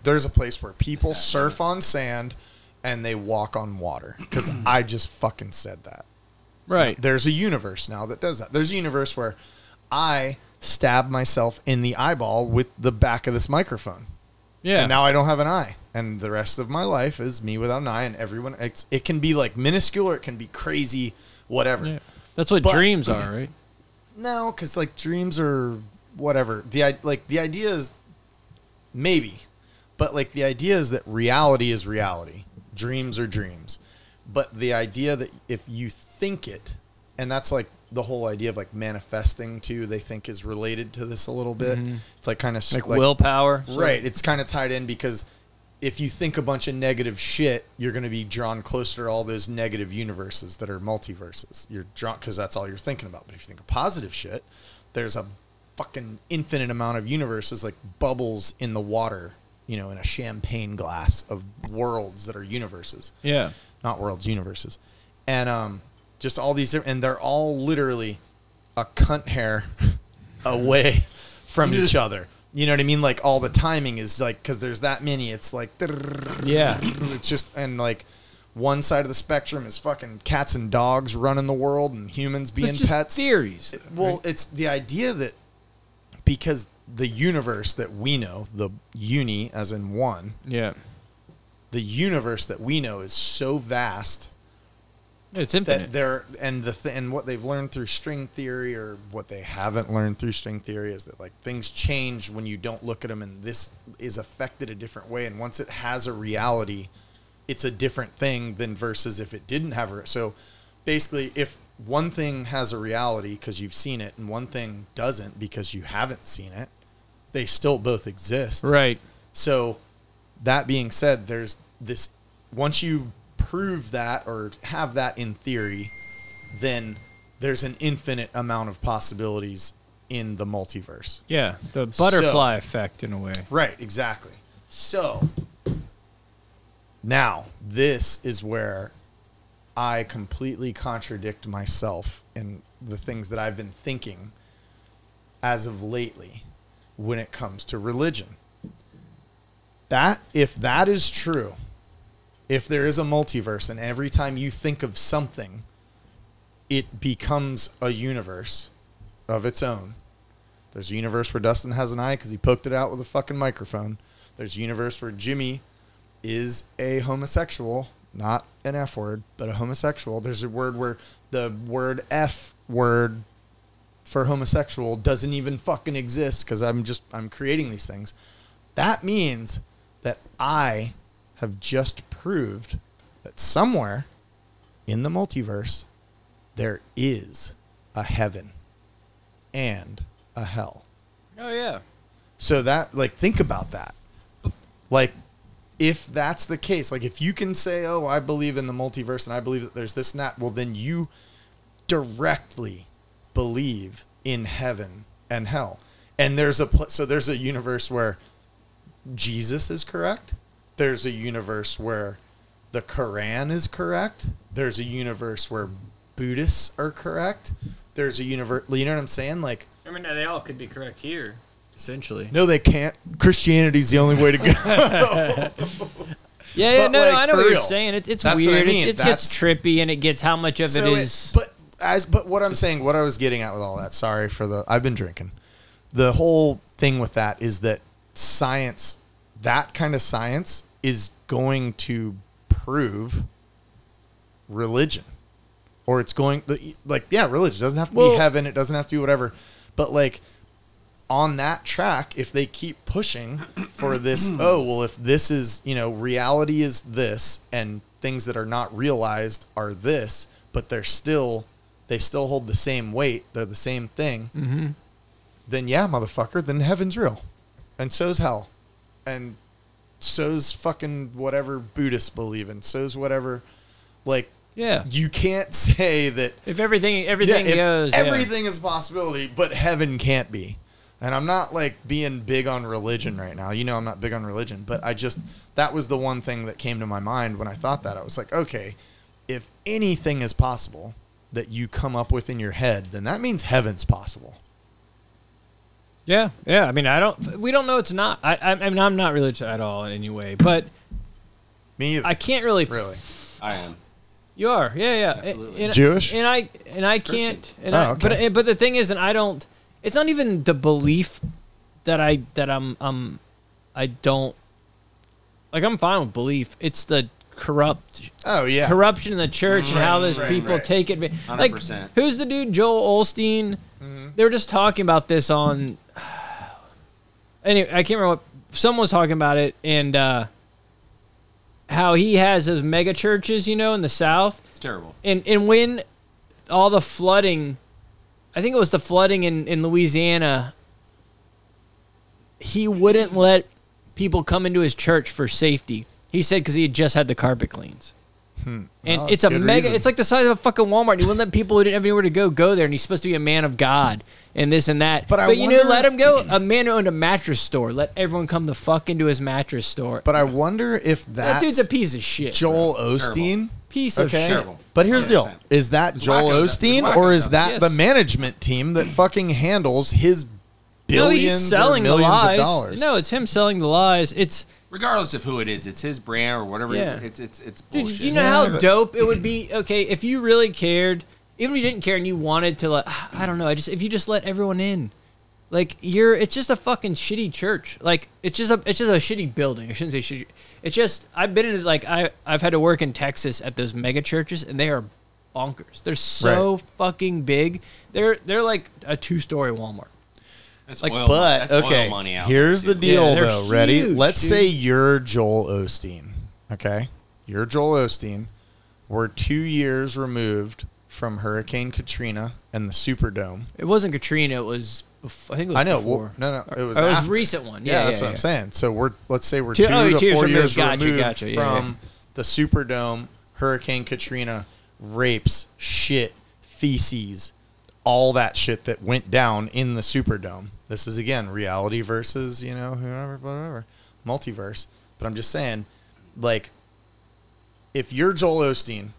there's a place where people surf on sand and they walk on water because I just fucking said that
right.
there's a universe now that does that. There's a universe where I stab myself in the eyeball with the back of this microphone.
Yeah.
And now I don't have an eye. And the rest of my life is me without an eye and everyone it's, it can be like minuscule or it can be crazy whatever.
Yeah. That's what
But-
dreams are, right?
No, cuz like dreams are whatever. The i- like the idea is maybe but like the idea is that reality is reality. Dreams are dreams. But the idea that if you think it, and that's like the whole idea of like manifesting too, they think is related to this a little bit. It's like kind of
Like, willpower.
Right. It's kind of tied in because if you think a bunch of negative shit, you're going to be drawn closer to all those negative universes that are multiverses. You're drawn because that's all you're thinking about. But if you think of positive shit, there's a fucking infinite amount of universes like bubbles in the water, you know, in a champagne glass of worlds that are universes
Yeah.
not worlds, universes, and um, just all these, different, and they're all literally a cunt hair away from each other. You know what I mean? Like all the timing is like because there's that many. It's like
Yeah.
it's just and like one side of the spectrum is fucking cats and dogs running the world and humans being
It's just
pets.
theories.
Well, it's the idea that because the universe that we know, the uni as in one,
Yeah.
the universe that we know is so vast
It's
that
infinite.
they're and the th- and what they've learned through string theory or what they haven't learned through string theory is that like things change when you don't look at them and this is affected a different way and once it has a reality it's a different thing than versus if it didn't have a so basically if one thing has a reality because you've seen it and one thing doesn't because you haven't seen it they still both exist.
Right.
So that being said, there's this once you prove that or have that in theory, then there's an infinite amount of possibilities in the multiverse.
Yeah, the butterfly
So-
effect in a way.
Right, exactly. So now this is where I completely contradict myself and the things that I've been thinking as of lately when it comes to religion. That if that is true, if there is a multiverse and every time you think of something it becomes a universe of its own. There's a universe where Dustin has an eye because he poked it out with a fucking microphone. There's a universe where Jimmy is a homosexual, not an F word, but a homosexual. There's a word where the word F word for homosexual doesn't even fucking exist because I'm just I'm creating these things. That means that I have just proved that somewhere in the multiverse there is a heaven and a hell.
Oh yeah.
So that like think about that. Like if that's the case, like if you can say, "Oh, I believe in the multiverse and I believe that there's this and that," well then you directly believe in heaven and hell. And there's a pl- so there's a universe where Jesus is correct. There's a universe where the Quran is correct. There's a universe where Buddhists are correct. There's a universe, you know what I'm saying? Like
I mean, they all could be correct here, essentially.
no, they can't. Christianity's the only way to go.
Yeah, yeah,
But,
no,
like,
no, I know
for
what you're
real.
saying. It, it's
That's what I
weird.
mean.
It, it
That's-
gets trippy, and it gets how much of
so
it
it-
is.
but as but what I'm saying, what I was getting at with all that. Sorry for the. I've been drinking. The whole thing with that is that science, that kind of science, is going to prove religion, or it's going like yeah, religion It doesn't have to
Well-
be heaven. It doesn't have to be whatever, but like. on that track if they keep pushing for this oh well if this is you know reality is this and things that are not realized are this but they're still they still hold the same weight they're the same thing then yeah motherfucker then heaven's real and so's hell and so's fucking whatever buddhists believe in so's whatever like
yeah,
you can't say that
if everything everything
yeah, if
goes, yeah.
Everything is a possibility, but heaven can't be. And I'm not like being big on religion right now. You know, I'm not big on religion, but I just that was the one thing that came to my mind when I thought that. I was like, okay, if anything is possible that you come up with in your head, then that means heaven's possible.
Yeah, yeah. I mean, I don't. We don't know. It's not. I. I I mean, I'm not religious at all in any way, but
Me either.
I can't really.
really.
I am.
You are. Yeah, yeah.
Absolutely.
And,
Jewish?
And I and I can't. And
Oh,
I,
okay.
But but the thing is, and I don't. It's not even the belief that I that I'm um I don't like. I'm fine with belief. It's the corrupt
Oh yeah.
corruption in the church and how
Right,
those
right,
people
right.
take it. Like,
100%.
who's the dude? Joel Olstein. They were just talking about this on. Anyway, I can't remember what someone was talking about it and uh, how he has those mega churches, you know, in the South,
It's terrible.
and and when all the flooding, I think it was the flooding in in Louisiana. He wouldn't let people come into his church for safety. He said because he had just had the carpet cleans. And
Hmm. Well,
it's a
good
mega.
reason.
It's like the size of a fucking Walmart. And he wouldn't let people who didn't have anywhere to go go there. And he's supposed to be a man of God and this and that.
But I
you know,
wonder-
let him go. A man who owned a mattress store. Let everyone come the fuck into his mattress store.
But I wonder if
that
that's
dude's a piece of shit.
Joel Oh, Osteen.
piece of
Okay.
shit.
Terrible.
But here's the deal.
100%.
Is that
It was
Joel
Wacko's up- it
Osteen
was
or
Wacko's
is
up.
that
Yes. Mm-hmm.
the management team that fucking handles his
No,
billions
he's selling
or millions
the lies.
of dollars?
No, it's him selling the lies. It's
Regardless of who it is, it's his brand or whatever.
Yeah.
It's it's it's
dude.
bullshit.
Do you know how dope it would be? Okay, if you really cared, even if you didn't care and you wanted to, like, I don't know. I just if you just let everyone in, like you're. It's just a fucking shitty church. Like it's just a it's just a shitty building. I shouldn't say shitty. It's just I've been in like I I've had to work in Texas at those mega churches and they are bonkers. They're so fucking big. They're they're like a two story Walmart.
That's
Like,
oil,
But
that's oil
okay,
money out
here's the
there, dude.
deal
Yeah, they're
though. Ready?
huge,
Let's
dude.
say you're Joel Osteen. Okay, you're Joel Osteen. We're two years removed from Hurricane Katrina and the Superdome.
It wasn't Katrina. It was before. I think it was
I know.
before.
Well, no, no, it was.
Oh, it was
after.
recent one. Yeah,
that's
yeah,
what
yeah.
I'm saying. So we're let's say we're
Two-
two,
oh,
to
two years
four
removed.
years
Gotcha,
removed
gotcha. Yeah,
from the Superdome, Hurricane Katrina, rapes, shit, feces, all that shit that went down in the Superdome. This is again reality versus you know whoever, whatever, multiverse. But I'm just saying, like, if you're Joel Osteen,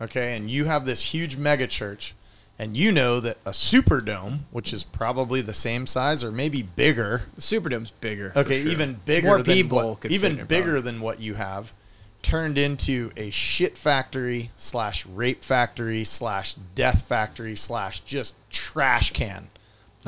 okay, and you have this huge mega church, and you know that a Superdome, which is probably the same size or maybe bigger,
The Superdome's bigger. for
Okay,
sure.
even bigger
More
than
people
what,
could
even
fit in it,
bigger
probably.
than what you have, turned into a shit factory slash rape factory slash death factory slash just trash can.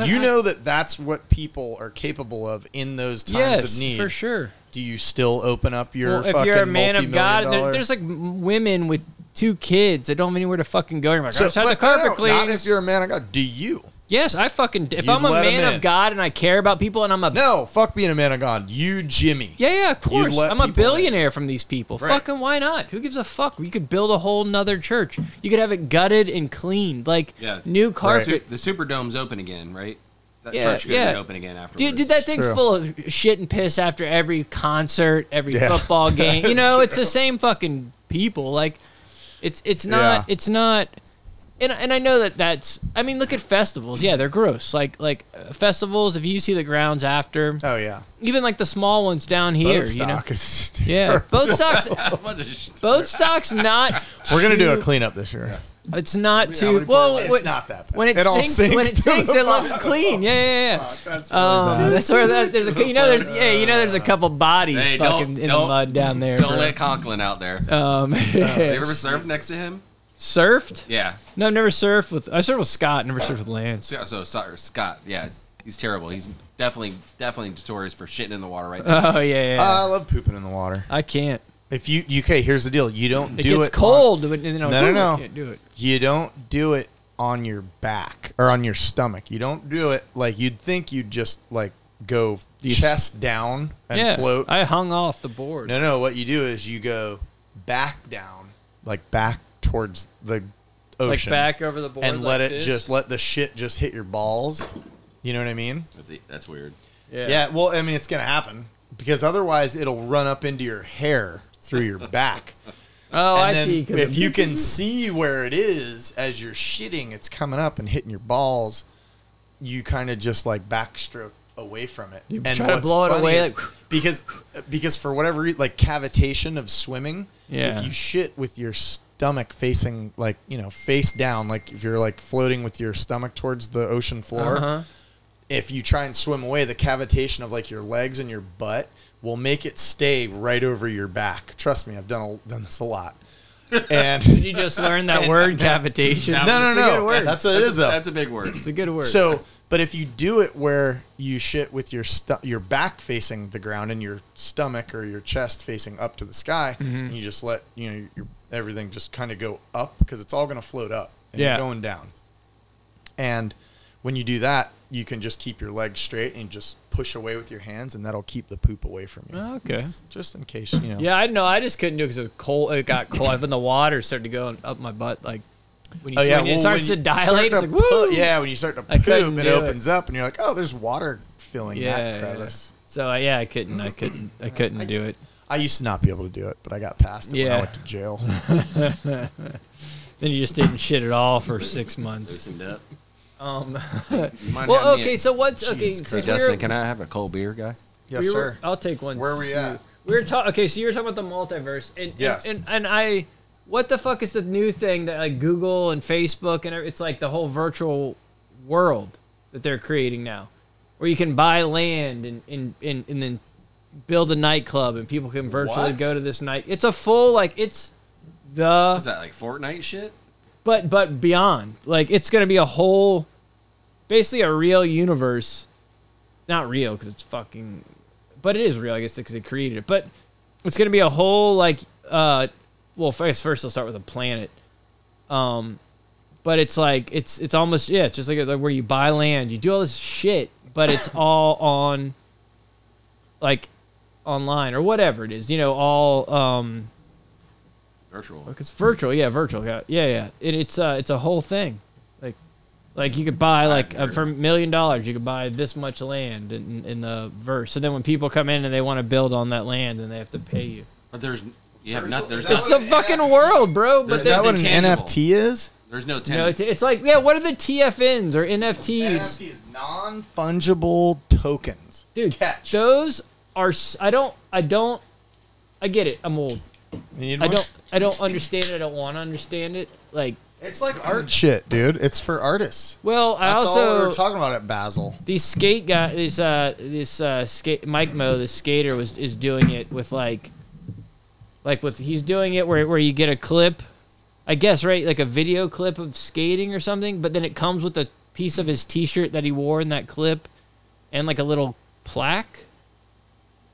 you know that that's what people are capable of in those times
Yes,
of need.
for sure.
Do you still open up your
Well,
fucking
if you're a man of
multi-million
God, there-
dollar-
there's like m- women with two kids that don't have anywhere to fucking go. And you're like, I just had the
but no,
carpet
Not
cleaned.
if you're a man of God. Do you?
Yes, I fucking. If
You'd
I'm a
let 'em
man
in.
of God and I care about people and I'm a
No, fuck being a man of God. You, Jimmy.
Yeah, yeah, of course.
let
I'm
people
a
in.
billionaire from these people.
Right.
Fucking why not? Who gives a fuck? You could build a whole nother church. You could have it gutted and cleaned, like
Yeah.
new carpet.
Su- the Superdome's open again, right? That
Yeah,
church could
yeah.
be open again afterwards.
Dude, dude, that thing's
True.
full of shit and piss after every concert, every
Yeah.
football game. You know, it's the same fucking people. Like, it's it's not
Yeah.
it's not. And, and I know that that's. I mean, look at festivals. Yeah, they're gross. Like like uh, festivals. If you see the grounds after,
Oh yeah.
even like the small ones down here, you know.
Boatstock is
Yeah,
terrible.
boat stocks.
Bunch of sh-
boat stocks not.
We're gonna do a
too-
cleanup this year.
It's not
how
too
many
well.
parlays?
when-
It's not that bad.
When it,
It all
sinks, when
sinks
it
to
sinks,
the
it looks
bottom.
clean. Yeah, yeah, yeah.
That's really
Um,
bad.
that's where that, there's a you know there's yeah you know there's a couple bodies
Hey, don't-
fucking in the
don't-
mud down there.
Don't
bro.
let Conklin out there.
um,
you ever surfed next to him?
surfed?
Yeah.
No, I've never surfed with I surfed with Scott, never surfed with Lance.
So, so sorry, Scott. Yeah, he's terrible. He's definitely definitely notorious for shitting in the water right now.
Oh yeah, yeah.
I love pooping in the water.
I can't.
If you, you okay, here's the deal. You don't
It
do
gets
it on-
cold. when- and then I'm
no,
like,
no,
"Ooh, I
no.
can't do it.
You don't do it on your back or on your stomach. You don't do it like you'd think. You'd just like go
You s-
chest down and
yeah,
float.
I hung off the board.
no, no. What you do is you go back down, like back towards the
like
ocean,
back over the board
and
like
let it
this.
just let the shit just hit your balls. You know what I mean?
That's, that's weird.
yeah.
Yeah. well, I mean, it's going to happen because otherwise it'll run up into your hair through your back.
Oh,
and
I
then
see. 'cause
if
of-
you can see where it is as you're shitting, it's coming up and hitting your balls. You kind of just like backstroke away from it. You
try to blow it away, like-
because because for whatever reason, like cavitation of swimming,
Yeah.
if you shit with your stomach facing like you know face down, like if you're like floating with your stomach towards the ocean floor,
Uh-huh.
if you try and swim away, the cavitation of like your legs and your butt will make it stay right over your back. Trust me, I've done a, done this a lot. And
you just learned that word cavitation.
no, no,
It's a good
no,
word.
that's what it is though.
That's a big word.
It's a good word.
so, but if you do it where you shit with your stu- your back facing the ground and your stomach or your chest facing up to the sky,
Mm-hmm.
and you just let you know your, everything just kind of go up because it's all going to float up and
Yeah.
you're going down. And when you do that, you can just keep your legs straight and just push away with your hands, and that'll keep the poop away from you,
okay.
just in case you know.
Oh. Yeah, I know. I just couldn't do it because it was cold. It got cold. I've been in the water started to go up my butt. Like when you,
Oh yeah,
when it
well,
starts
when
to
you
dilate,
start to
it's like
pu-
woo.
yeah, when you start to
I couldn't
poop, it
do it.
opens up, and you're like, oh, there's water filling
yeah.
that crevice.
So uh, yeah, I couldn't. I couldn't. I couldn't do it.
I used to not be able to do it, but I got past it when
Yeah.
I went to jail.
Then you just didn't shit at all for six months.
Loosened up.
Um.
You mind
Well,
having me
okay.
at-
So what's okay?
Jesus
Since we
Justin,
were,
can I have a cold beer, guy?
yes,
we were-
sir.
I'll take one.
Where we at?
too. We were talking. Okay, so you were talking about the multiverse, and
Yes.
and, and and I, what the fuck is the new thing that like Google and Facebook and every- it's like the whole virtual world that they're creating now, where you can buy land and and and, and then build a nightclub and people can virtually
What?
go to this night. It's a full like it's the
Is that like Fortnite shit?
but but beyond like it's gonna be a whole basically a real universe not real because it's fucking but it is real i guess because they created it but it's gonna be a whole like uh well i guess first i'll start with a planet um but it's like it's it's almost yeah it's just like, like where you buy land you do all this shit but it's all on like online or whatever it is you know all um
Virtual.
it's virtual, yeah, virtual. Yeah, yeah, yeah. It, it's uh, it's a whole thing. Like, Like you could buy like uh, for a million dollars, you could buy this much land in, in the verse. So then when people come in and they want to build on that land, then they have to pay you.
But there's you have not there's
It's
no,
the fucking world, bro. But
There's
Is that what an
Intangible.
NFT is?
there's no
no,
tenant.
it's, it's like yeah. What are the TFNs or NFTs?
is non fungible tokens.
dude
Catch.
those are s- i don't i don't i get it i'm old
You need
i
one?
don't i don't understand it i don't want to understand it like
It's like art shit, dude. It's for artists.
well i
That's all we
also
were talking about at Basel.
these skate guy this uh this uh skate mike mo the skater was is doing it with like like with he's doing it where where you get a clip i guess right like a video clip of skating or something but then it comes with a piece of his t-shirt that he wore in that clip and like a little plaque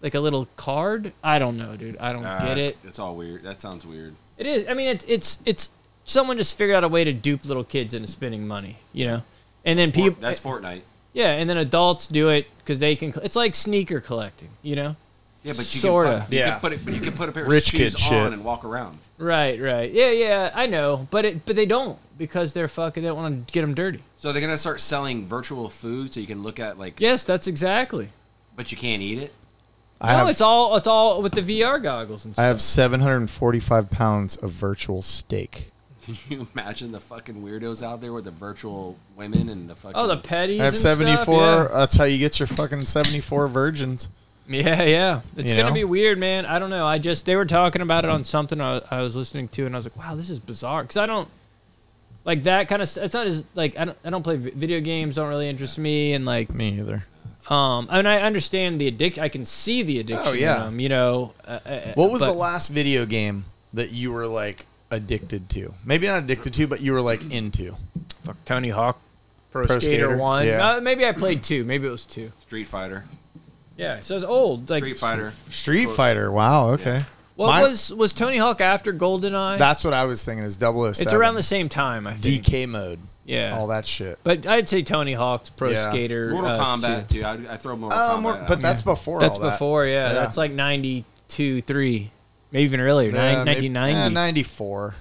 like a little card i don't know dude i don't
Ah,
get
it's-
it
It's all weird. That sounds weird.
it is. I mean, it's it's it's someone just figured out a way to dupe little kids into spending money, you know, and then
Fort,
people.
that's Fortnite.
yeah, and then adults do it because they can. It's like sneaker collecting, you know.
Yeah, but you
Sorta.
can fuck- you
Yeah.
can put it, but you can put a pair
Rich
of shoes
kid
on
shit.
and walk around.
Right, right. Yeah, yeah. I know, but it but they don't because they're fucking. They don't want to get them dirty.
So they're gonna start selling virtual food, so you can look at like,
Yes, that's exactly.
but you can't eat it.
I
no,
have,
it's all it's all with the VR goggles and
I
stuff.
have 745 pounds of virtual steak.
Can you imagine the fucking weirdos out there with the virtual women and the fucking?
oh, the petties.
I have uh,
and stuff,
74.
yeah.
That's how you get your fucking 74 virgins.
Yeah, yeah. It's
You
gonna
know?
be weird, man. I don't know. I just they were talking about it on something I, I was listening to, and I was like, wow, this is bizarre. Cause I don't like that kind of. It's not as like I don't I don't play vi- video games. Don't really interest me, and like
Me either.
um, I mean I understand the addict. I can see the addiction. in
Oh, yeah.
them, you know. Uh, uh,
What was
but-
the last video game that you were like addicted to? Maybe not addicted to, but you were like into.
fuck Tony Hawk Pro,
Pro
Skater,
Skater,
One?
yeah.
Uh, maybe I played two. Maybe it was two.
Street Fighter,
Yeah, so it's old. Like
Street Fighter.
Street Fighter. Wow. Okay.
What
My-
was was Tony Hawk after GoldenEye?
That's what I was thinking is 007.
it's around the same time. I think.
DK mode.
Yeah.
All that shit.
But I'd say Tony Hawk's Pro
Yeah.
Skater.
Mortal
uh,
Kombat
two.
too. I, I throw Mortal
Oh,
Kombat.
more,
out.
but that's before
That's
all that.
before, yeah,
Yeah.
That's like 92, 3. Maybe even earlier.
Yeah,
nine-
maybe-
1990.
yeah, 94.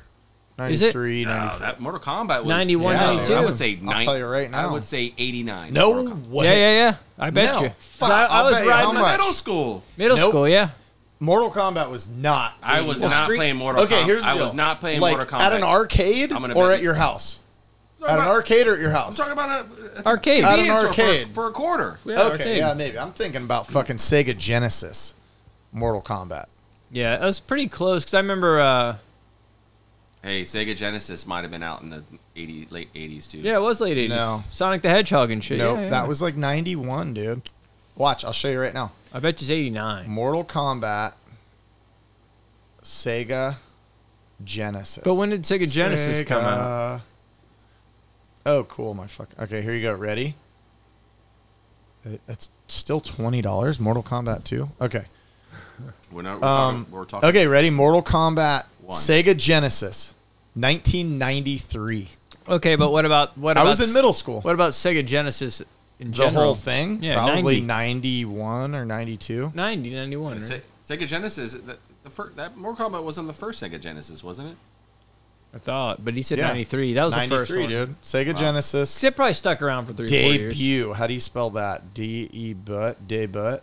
Is it?
93,
no,
94.
that Mortal Kombat was
91,
yeah,
92.
I would say. 90,
I'll tell you right now.
I would say eighty nine.
No way.
yeah, yeah, yeah. I bet
No.
you. 'Cause
Fuck,
I, I
I'll
was
bet you.
riding
How
my-
much?
middle school.
middle
Nope.
school, yeah.
Mortal Kombat was not.
I was
Well,
not
Street-
playing Mortal.
okay,
Kombat.
here's the
I
deal.
was not playing
like,
Mortal Kombat
At an arcade
I'm gonna
or
bet
at
you-
your house?
Talking
At an
about-
arcade or at your house?
Talking about a, a
Arcade.
At an
convenience store for-
arcade.
for, a quarter.
Yeah,
Uh, Okay,
arcade.
yeah, maybe. I'm thinking about fucking Sega Genesis, Mortal Kombat.
Yeah, it was pretty close because I remember. Uh,
Hey, Sega Genesis might have been out in the 80, late eighties too.
yeah, it was late 80s.
No.
Sonic the Hedgehog and shit.
Nope,
yeah, yeah.
that was like 91, dude. Watch, I'll show you right now.
I bet you it's 89.
Mortal Kombat, Sega Genesis.
But when did Sega Genesis come out?
Sega- Oh, cool, my fuck. Okay, here you go. Ready? It- It's still twenty dollars. Mortal Kombat Two. Okay.
we're not. We're
Um.
talking, we're talking
Okay, ready? Mortal Kombat
One.
Sega Genesis, nineteen ninety three.
Okay, but what about what
I
about
was in
s-
middle school.
What about Sega Genesis in
the
general?
whole thing?
Yeah,
Probably
90.
ninety one or ninety two.
90, 91.
Se-
Right?
Sega Genesis. That, the fir- that Mortal Kombat was on the first Sega Genesis, wasn't it?
I thought, but he said
Yeah.
93. That was the
Ninety
first
three,
one.
dude. Sega Genesis
It probably stuck around for three, four years.
debut. How do you spell that? D E but debut.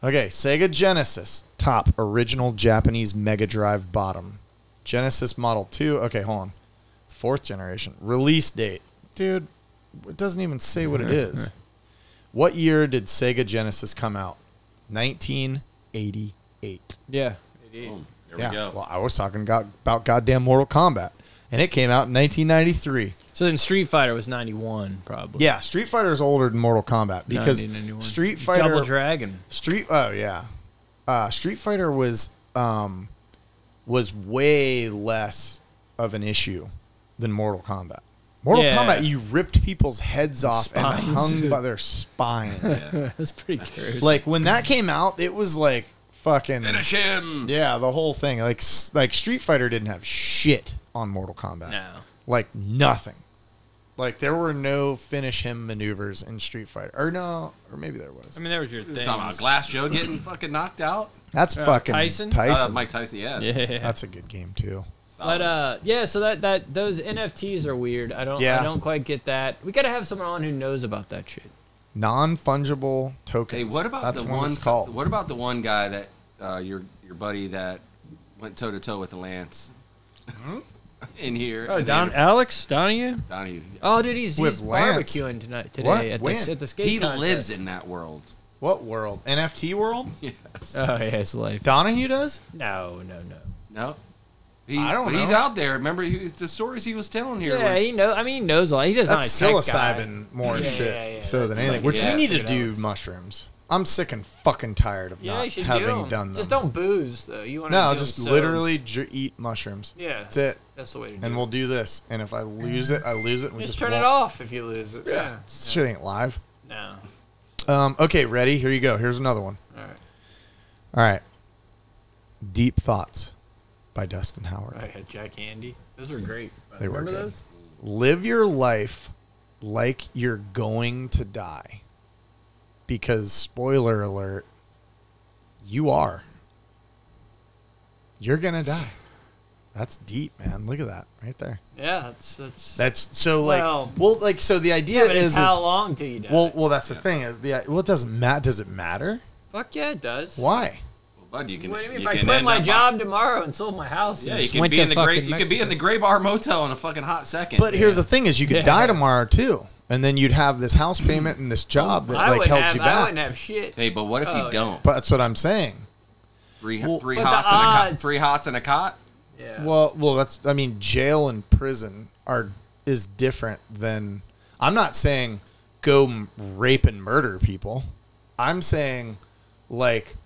Okay, Sega Genesis top original Japanese Mega Drive bottom. Genesis Model Two. Okay, hold on. Fourth generation release date, dude. It doesn't even say what it is. What year did Sega Genesis come out? 1988.
Yeah.
Boom. There
yeah.
we go.
Well, I was talking go- about goddamn Mortal Kombat, and it came out in 1993.
So then Street Fighter was 91, probably.
Yeah, Street Fighter is olter than Mortal Kombat because
1991.
Street
Double
Fighter
Dragon.
Street oh yeah. Uh, Street Fighter was um was way less of an issue than Mortal Kombat. Mortal
Yeah.
Kombat you ripped people's heads off and
Spines.
hung by their spine.
That's pretty curious.
like when that came out, it was like fucking
Finish him.
yeah, the whole thing. Like s- like Street Fighter didn't have shit on Mortal Kombat.
no.
Like nothing. Like there were no finish him maneuvers in Street Fighter. Or no, or maybe there was.
I mean, that was your thing.
Talking about Glass Joe getting fucking knocked out.
That's fucking
uh, Tyson?
Tyson.
Uh, Mike Tyson. Yeah.
yeah.
That's a good game too.
But uh, yeah, so that that those NFTs are weird. I don't
Yeah.
I don't quite get that. We got to have someone on who knows about that shit.
Non fungible tokens.
Hey, what about
That's
the
what
one?
It's called.
What about the one guy that uh, your your buddy that went toe to toe with Lance
Hmm?
in here?
Oh,
and
Don
they-
Alex Donahue.
Donahue.
Oh, dude, he's,
With
he's
Lance.
barbecuing tonight today
What?
at
When?
the at the skate
He
contest.
lives in that world.
What world? NFT world?
Yes.
Oh yeah, his life.
Donahue does?
No, no, no.
no. He,
I don't
but He's
know.
out there. Remember he, the stories he was telling here.
Yeah,
was,
he know. I mean, he knows a lot. He does not
That's
a tech guy.
psilocybin more
Yeah,
shit
yeah, yeah,
so than
that's
anything.
like-
Which
yeah,
we need to
that's what
do
it is.
mushrooms. I'm sick and fucking tired of
Yeah,
not
you should do
having
them.
done them.
Just don't booze though. You want
No, just literally ju- eat mushrooms.
Yeah,
That's it.
That's the way to do.
And
it.
we'll do this. And if I lose it, I lose it. We
just
just,
turn
won't-
it off if you lose it. Yeah.
This shit ain't live.
No.
Um, okay, ready? Here you go. Here's another one.
All right.
All right. Deep Thoughts by Dustin Howard.
I had Jack Andy. Those are great.
They were
Remember
good.
those?
Live your life like you're going to die. Because, spoiler alert, you are. You're going to die. That's deep, man. Look at that right there.
Yeah, that's that's.
That's so like,
Well-
well, like, so the idea
but it's
is, is
how long till you die?
well, well, that's the thing is the, well, it doesn't matter. Does it matter?
fuck yeah, it does.
Why?
Well, bud, you can.
What do you mean?
you
if I
can
quit
end
my
up-
job tomorrow and sold my house,
Yeah,
and
you
just
can
went
be
to
in the
fucking
gray. You could be in the
Mexico.
gray bar motel in a fucking hot second.
But here's the thing: is you could
Yeah.
die tomorrow too, and then you'd have this house payment and this job that
I
like
wouldn't
held
have,
you
I
back.
wouldn't have shit.
Hey, but what if
Oh, yeah.
you don't?
But that's what I'm saying.
Three,
Well-
three
But the
hots and a cot.
odds.
Three hots and a cot.
Yeah.
Well, well, that's I mean, jail and prison are is different than. I'm not saying go m- rape and murder people. I'm saying like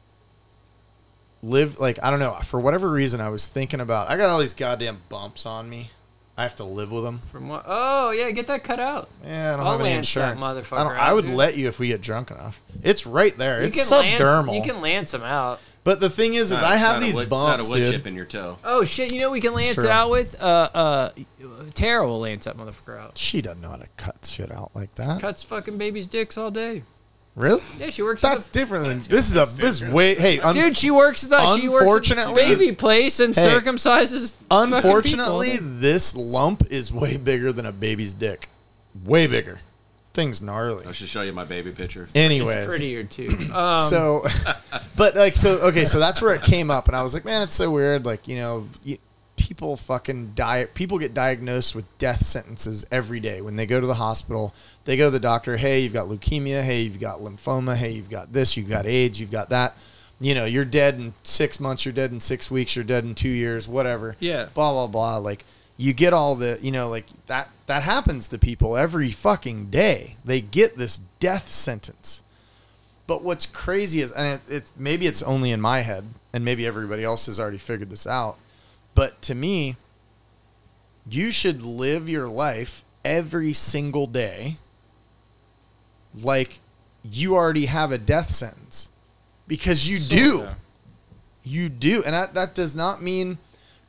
live like I don't know for whatever reason I was thinking about. I got all these goddamn bumps on me. I have to live with them.
From what? Oh yeah, get that cut out.
Yeah, I don't
I'll
have any
lance that
insurance. I,
motherfucker
don't,
out,
I would
dude.
let you if we get drunk enough. It's right there.
You
it's
can
subdermal.
Lance, you can lance him out.
but the thing is, is
Nah,
I
it's
have
not a
these
wood-
bumps,
It's not a wood
dude.
chip in your toe.
Oh shit! You know what we can lance it
true.
out with uh uh. Tara will lance that motherfucker out.
She doesn't know how to cut shit out like that.
Cuts fucking babies' dicks all day.
Really?
Yeah, she works. at
That's
the-
different than this is a this is way. Hey, un-
Dude, she works at the she works at the
Unfortunately-
baby place and
Hey.
circumcises. fucking
unfortunately,
people.
this lump is way bigger than a baby's dick. Way bigger. Things gnarly.
I should show you my baby picture.
Anyways,
prettier too. Um,
so but like so okay so that's where it came up and i was like man it's so weird like you know you, people fucking die people get diagnosed with death sentences every day when they go to the hospital they go to the doctor hey you've got leukemia hey you've got lymphoma hey you've got this you've got aids you've got that you know you're dead in six months you're dead in six weeks you're dead in two years whatever
Yeah.
blah blah blah like you get all the you know like that that happens to people every fucking day they get this death sentence but what's crazy is, and it, it's maybe it's only in my head, and maybe everybody else has already figured this out. But to me, you should live your life every single day like you already have a death sentence because you do. You do. And that, that does not mean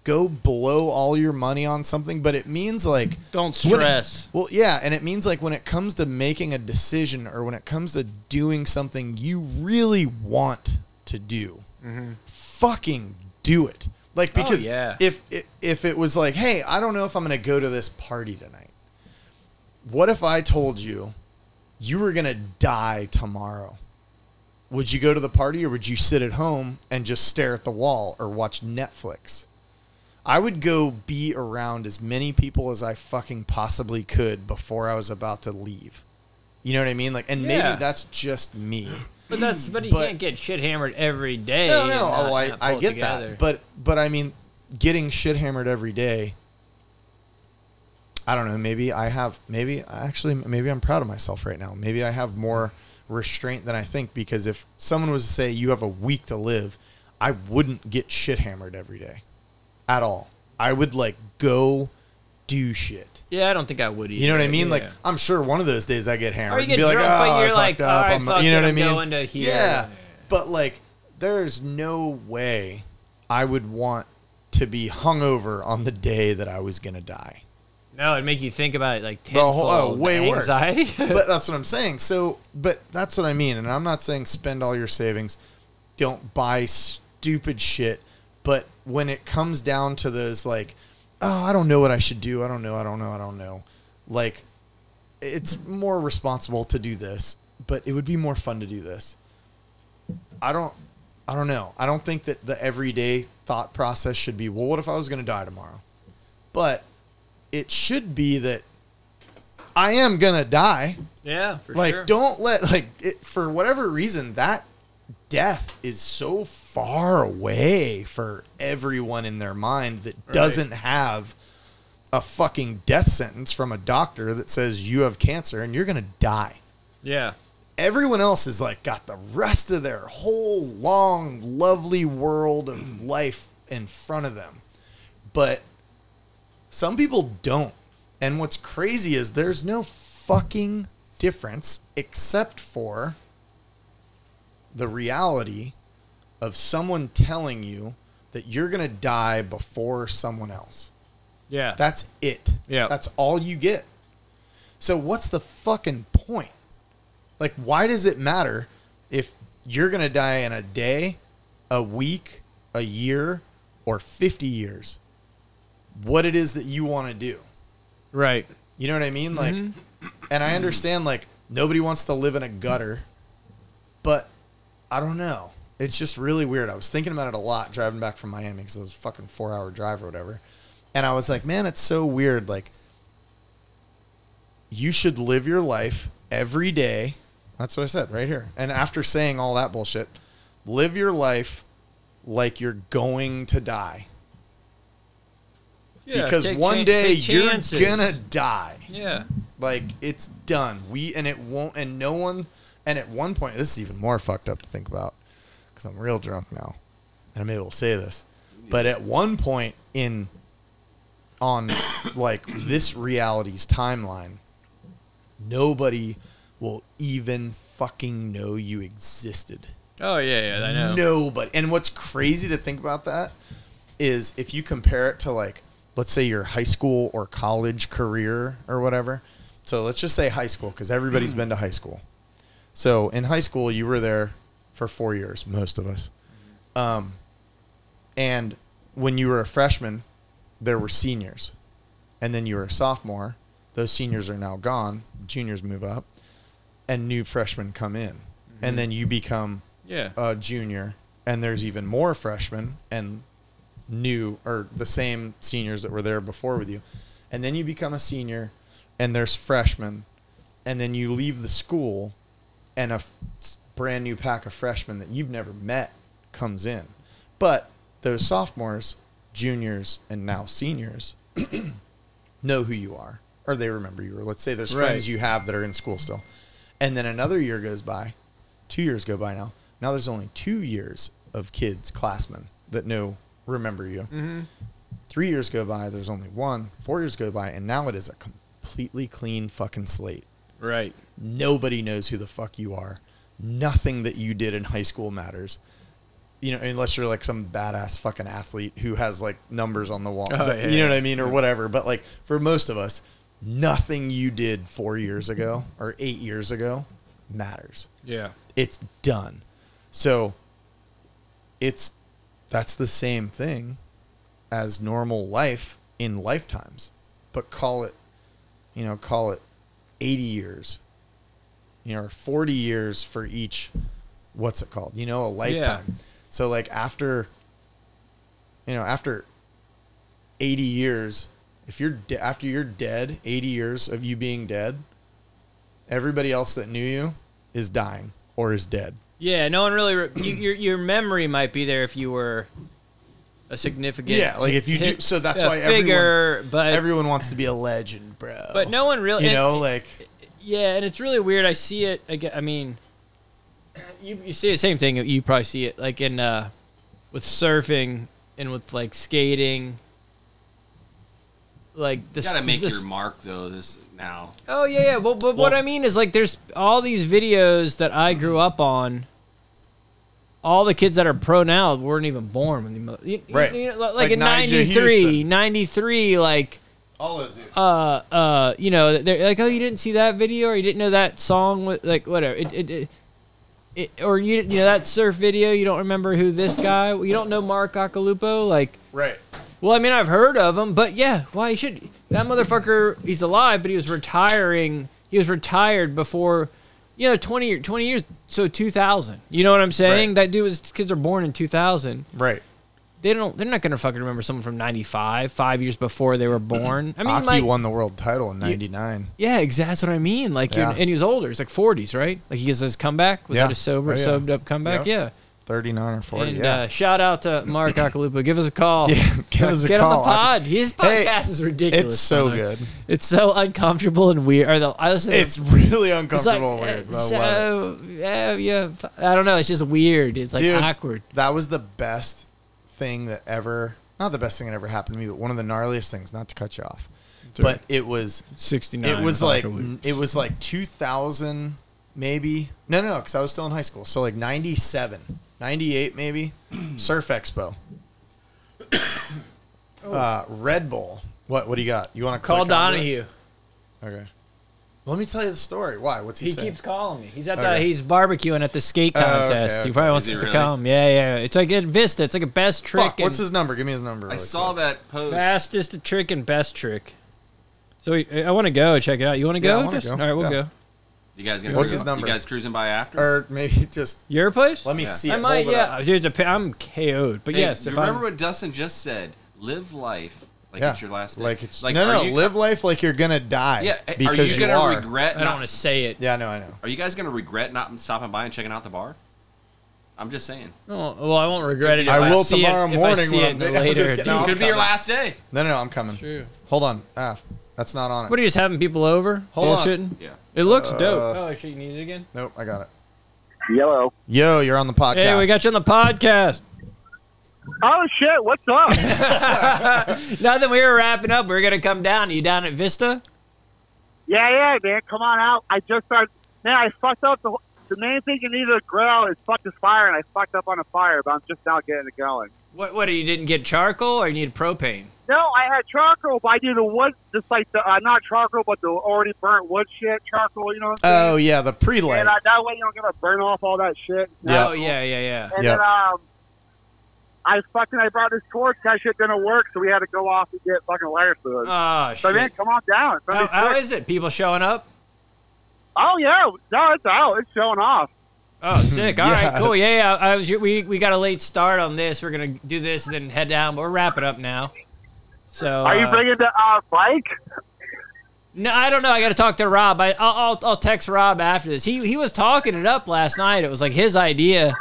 go blow all your money on something, but it means like
Don't
when it-
stress.
well, yeah, and it means like when it comes to making a decision or when it comes to doing something you really want to do, fucking do it. Like because
yeah.
if, if if it was like, hey, I don't know if I'm gonna go to this party tonight. What if I told you you were gonna die tomorrow? Would you go to the party or would you sit at home and just stare at the wall or watch Netflix? I would go be around as many people as I fucking possibly could before I was about to leave. You know what I mean? Like, and
Yeah.
maybe that's just me.
but that's but you
but-
can't get shit hammered every day.
No,
and
no,
not-
oh, I,
not
I
pull it
get
together.
that, but but I mean, getting shit hammered every day. I don't know. Maybe I have. Maybe actually, maybe I'm proud of myself right now. Maybe I have more restraint than I think because if someone was to say you have a week to live, I wouldn't get shit hammered every day, at all. I would like go do shit.
yeah, I don't think I would either.
You know what I mean? Like
yeah.
I'm sure one of those days I get hammered.
Or you
and
get
be
drunk,
like,
but
oh,
you're
I
like,
fucked up.
"All right,
I'm,
fuck
you
it,
know what I
I'm
mean?
going to here."
Yeah, but like, there's no way I would want to be hungover on the day that I was gonna die.
no, it'd make you think about it like
The
tenfold.
whole, oh, way
the anxiety.
worse. but that's what I'm saying. So, but that's what I mean, and I'm not saying spend all your savings, don't buy stupid shit, but when it comes down to those like oh, I don't know what I should do. I don't know. I don't know. I don't know. Like, it's more responsible to do this, but it would be more fun to do this. I don't, I don't know. I don't think that the everyday thought process should be, well, what if I was going to die tomorrow? But it should be that I am going to die
Yeah, for
like
sure.
don't let like it, for whatever reason that death is so far away for everyone in their mind that doesn't have a fucking death sentence from a doctor that says you have cancer and you're going to die.
Yeah.
Everyone else is like got the rest of their whole long lovely world of life in front of them. But some people don't. And what's crazy is there's no fucking difference except for the reality of someone telling you that you're going to die before someone else.
Yeah.
That's it.
Yeah.
That's all you get. So what's the fucking point? Like why does it matter if you're going to die in a day, a week, a year, or 50 years? What it is that you want to do.
Right.
You know what I mean? Like
Mm-hmm.
and I understand like nobody wants to live in a gutter, but I don't know. It's just really weird. I was thinking about it a lot driving back from Miami because it was a fucking four hour drive or whatever. And I was like, man, it's so weird. Like, you should live your life every day. That's what I said right here. And after saying all that bullshit, live your life like you're going to die.
Yeah,
because
take
one
chan-
day
take
you're
chances.
gonna die.
Yeah.
Like it's done. We and it won't and no one and at one point this is even more fucked up to think about because I'm real drunk now and I'm able to say this. But at one point in on like this reality's timeline, nobody will even fucking know you existed.
Oh yeah, yeah, I know.
Nobody. And what's crazy to think about that is if you compare it to like, let's say your high school or college career or whatever. So let's just say high school because everybody's been to high school. So in high school, you were there for four years, most of us. Um, and when you were a freshman, there were seniors. And then you were a sophomore. Those seniors are now gone. Juniors move up and new freshmen come in. And then you become
Yeah.
a junior, and there's even more freshmen and new or the same seniors that were there before with you. And then you become a senior, and there's freshmen, and then you leave the school, and a f- brand new pack of freshmen that you've never met comes in. But those sophomores, juniors, and now seniors know who you are, or they remember you, or let's say there's
Right.
friends you have that are in school still. And then another year goes by, two years go by now. Now there's only two years of kids, classmen, that know, remember you. Three years go by, there's only one. Four years go by, and now it is a completely clean fucking slate.
Right.
Nobody knows who the fuck you are. Nothing that you did in high school matters. You know, unless you're like some badass fucking athlete who has like numbers on the wall.
Oh,
that-
yeah,
you know
yeah.
what I mean? Or whatever. But like for most of us, nothing you did four years ago or eight years ago matters
Yeah.
it's done. So it's that's the same thing as normal life in lifetimes, but call it, you know, call it 80 years, you know, or 40 years for each, what's it called? You know, a lifetime. So like after, you know, after 80 years, if you're de- after you're dead, 80 years of you being dead, everybody else that knew you is dying or is dead.
Yeah. No one really. Re- you, your your memory might be there if you were a significant.
Yeah, like if you do- so that's
a
why everyone-
figure, but
Everyone wants to be a legend, bro.
but no one really.
you
and-
know, like
Yeah, and it's really weird. I see it again. I mean, you, you see the same thing. You probably see it like in uh, with surfing and with like skating. Like the
You gotta
s-
make
the
your
s-
mark though. This now.
Oh yeah, yeah. Well, but what I mean is like there's all these videos that I grew up on. All the kids that are pro now weren't even born when the you, you-
Right.
you know, like,
Like
in
Nigel
93,
Houston.
93 like uh uh you know they're like oh you didn't see that video or you didn't know that song with like whatever it it, it it, or you you know that surf video you don't remember who this guy you don't know Mark Acalupo like
right.
Well, I mean, I've heard of him, but yeah, why he should that motherfucker? He's alive, but he was retiring. He was retired before, you know, 20, year- 20 years. So two thousand. You know what I'm saying? That dude was kids are born in two thousand.
Right.
They don't. They're not gonna fucking remember someone from '95, five years before they were born. I mean,
Aki
like,
won the world title in '99.
yeah, exactly. That's what I mean. Like, you're,
Yeah.
and he was older. He's like 40s, right? Like he gets his comeback. Was
Yeah.
that a sober,
Oh, yeah.
sobered up comeback?
Yeah.
Yeah.
39 or 40.
And
Oh, yeah.
uh, shout out to Mark Akalupa. Give us a call.
Yeah, give us a
Get on
call.
the pod. His
Hey,
podcast is ridiculous.
it's so
man.
good.
It's so uncomfortable and weird. Or the, I listen to-
It's really
it's like,
uncomfortable.
uh,
and weird. I love it.
so, uh, yeah, f- I don't know. It's just weird. It's like
Dude,
awkward.
That was the best thing that ever, not the best thing that ever happened to me, but one of the gnarliest things, not to cut you off. But it was
69.
it was like
Apocalypse.
it was like 2000 maybe. No, no, no, cuz I was still in high school. So like 97, 98 maybe. Surf Expo.
Oh.
Uh, Red Bull. What what do you got? You want to
Call Donahue.
Okay. Let me tell you the story. Why? What's he,
He
saying?
keeps calling me. He's at the
Okay.
he's barbecuing at the skate
Oh, okay,
contest. He
okay.
probably wants
Is he
us to
really?
come. Yeah, yeah. It's like at Vista. It's like a best trick.
Fuck,
and-
what's his number? Give me his number.
I
really
saw
quick.
that post.
fastest trick and best trick. So we, I want to go check it out. You want to
Yeah, I
go?
wanna
Justin?
go.
All right, we'll
Yeah.
go.
You guys gonna?
What's
cruise-
his number? Er,
You guys cruising by after?
Or maybe just
Your place?
let me
Yeah.
see it.
I might.
Hold it up.
Yeah, dude. dep- I'm KO'd. But
Hey,
yes, if
remember
I'm,
what Dustin just said? Live life like it's your last day.
Like it's
like
no,
are
no.
you-
live life like you're gonna die.
Yeah, a-
because
are you gonna
are.
regret?
I don't
Not,
want to say it.
Yeah, no, I know.
are you guys gonna regret not stopping by and checking out the bar? I'm just saying.
No, well, I won't regret it. If
I
I,
will
see it-
tomorrow
if I
morning
see
when
it
I'm
in the
big. I'm
later
just kidding.
edition.
No,
Could be
I'm
your
coming.
last day.
No, no, no. I'm coming.
True.
Hold on. Ah, that's not on it.
What are you just having people over?
Hold on.
Bullshitting?
Yeah.
It looks
Uh,
dope. Oh, actually, you need it again.
nope, I got it.
Yellow.
Yo, you're on the podcast.
Hey, we got you on the podcast.
Oh shit! What's up?
Now that we were wrapping up, we are gonna come down. Are you down at Vista?
yeah, yeah, man. Come on out. I just started. Man, I fucked up. The, wh- the main thing you need to grill is fuck this fire, and I fucked up on a fire, but I'm just now getting it going.
What? What? You didn't get charcoal, or you need propane?
No, I had charcoal, but I do the wood, just like the uh, not charcoal, but the already burnt wood shit charcoal. You know what I'm saying?
Oh yeah, the pre-light.
And uh, that way you don't get to burn off all that shit.
Yeah.
Oh yeah, yeah, yeah.
And
Yeah.
then um, I fucking I brought this torch. That shit didn't work, so we had to go off and get fucking lighter fluid.
Oh
so man,
shit.
come on down. It's gonna
How,
be
how
sick.
is it? People showing up?
oh yeah, no, it's out. It's showing off.
Oh, sick! All right,
Yes.
cool. Yeah, yeah. I was. We we got a late start on this. We're gonna do this and then head down. But we're wrapping up now. So
Are you
uh,
bringing the uh, bike?
No, I don't know. I got to talk to Rob. I I'll, I'll I'll text Rob after this. He he was talking it up last night. It was like his idea,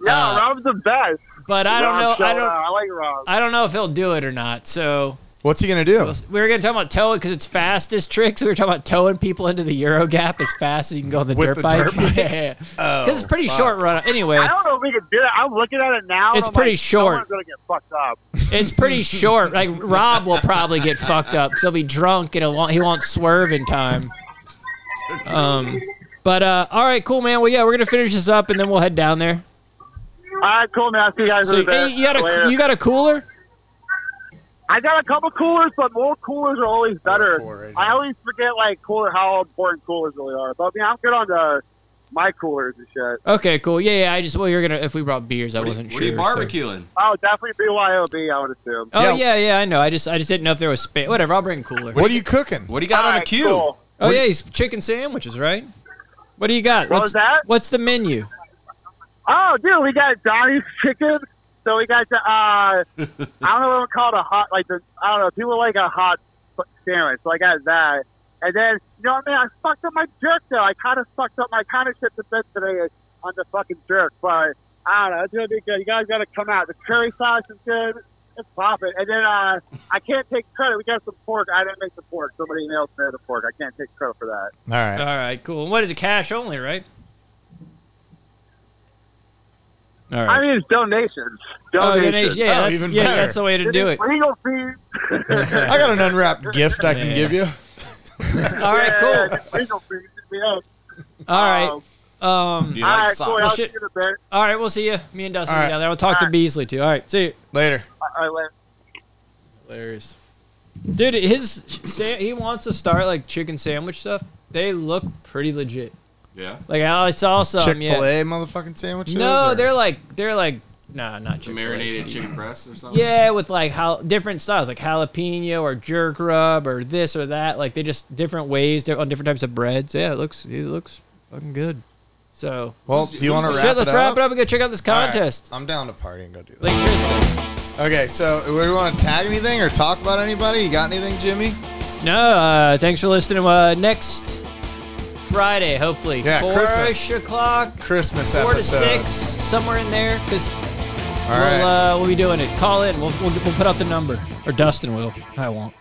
No,
Uh,
Rob's the best.
but I don't
Rob
know. I
showed
don't.
up. I like Rob.
I don't know if he'll do it or not. So
What's he gonna do?
we were gonna talk about towing because it's fastest tricks. We were talking about towing people into the Euro Gap as fast as you can go on the,
With
dirt,
the
bike.
dirt bike?
Yeah, because
Oh,
it's pretty
fuck.
short run. Anyway,
I don't know if we can do that. I'm looking at it now. and
It's
I'm
pretty
like,
short.
Someone's gonna get fucked up.
It's pretty short. Like Rob will probably get fucked up because he'll be drunk and he'll, won't- he won't swerve in time. Um, but uh, all right, cool, man. Well, yeah, we're gonna finish this up and then we'll head down there.
All right, cool, man. I'll see you guys
So
in a
hey,
bit.
you got
Later.
a you got a cooler?
I got a couple coolers, but more coolers are always better.
Cool right
I
now.
always forget like cooler how important coolers really are. But I mean, I'm good on the my coolers and shit.
Okay, cool. Yeah, yeah. I just well, you're gonna if we brought beers, I
What are you-
wasn't
what
sure. so-
are you barbecuing?
Oh, definitely BYOB, I would assume.
Oh
Yeah.
yeah, yeah. I know. I just I just didn't know if there was space. Whatever. I'll bring a cooler.
What are you cooking?
What do you got
All
on a
right,
queue?
cool.
oh yeah, he's chicken sandwiches, right? What do you got?
What
what's
was that?
What's the menu?
Oh, dude, we got Donnie's chicken. So we got the uh, I don't know what it's called a hot like the I don't know people like a hot f- sandwich. So I got that, and then you know what I mean. I fucked up my jerk though. I kind of fucked up my kind of shit the bit today on the fucking jerk, but I don't know. It's gonna be good. You guys gotta come out. The curry sauce is good. It's popping. And then uh, I can't take credit. We got some pork. I didn't make the pork. Somebody else made the pork. I can't take credit for
All
that.
right.
All right, cool. And what is it? Cash only, right? All right.
I mean, it's donations.
Oh,
Donations.
donation. Yeah, that's,
even
yeah,
better.
that's the way to do it.
Legal fees.
I got an unwrapped gift I can
Yeah.
give you.
All right, cool.
cool.
All right. Um,
Do you
All
like
right, cool. I'll
socks?
see you in a bit.
all right, we'll see you. Me and Dustin
All
will
right.
be down there. We'll talk to
right.
Beasley too. All right, see you.
Later.
All right, later.
Hilarious. Dude, his sa- he wants to start like chicken sandwich stuff. They look pretty legit.
Yeah.
Like I saw some.
Chick Fil A
Um, Yeah.
motherfucking sandwiches.
No,
or-
they're like they're like Nah, not
Some
Chick-fil-A,
marinated
something.
chicken breasts or something?
Yeah, with like how different styles, like jalapeno or jerk rub or this or that. Like they just different ways di- on different types of breads. yeah, it looks it looks fucking good. So
Well, do you want to
Shit,
wrap it up?
let's wrap it up and go check out this
All right.
contest.
I'm down to party and go do that.
Lake Krista.
Okay, so do we want to tag anything or talk about anybody? You got anything, Jimmy?
No, uh, thanks for listening. Uh, next Friday, hopefully,
Yeah,
four-ish
Christmas.
o'clock,
Christmas
four to
episode.
six, somewhere in there, because
All
we'll
right.
uh, we'll be doing it. Call in. We'll, we'll we'll put out the number, or Dustin will. I won't.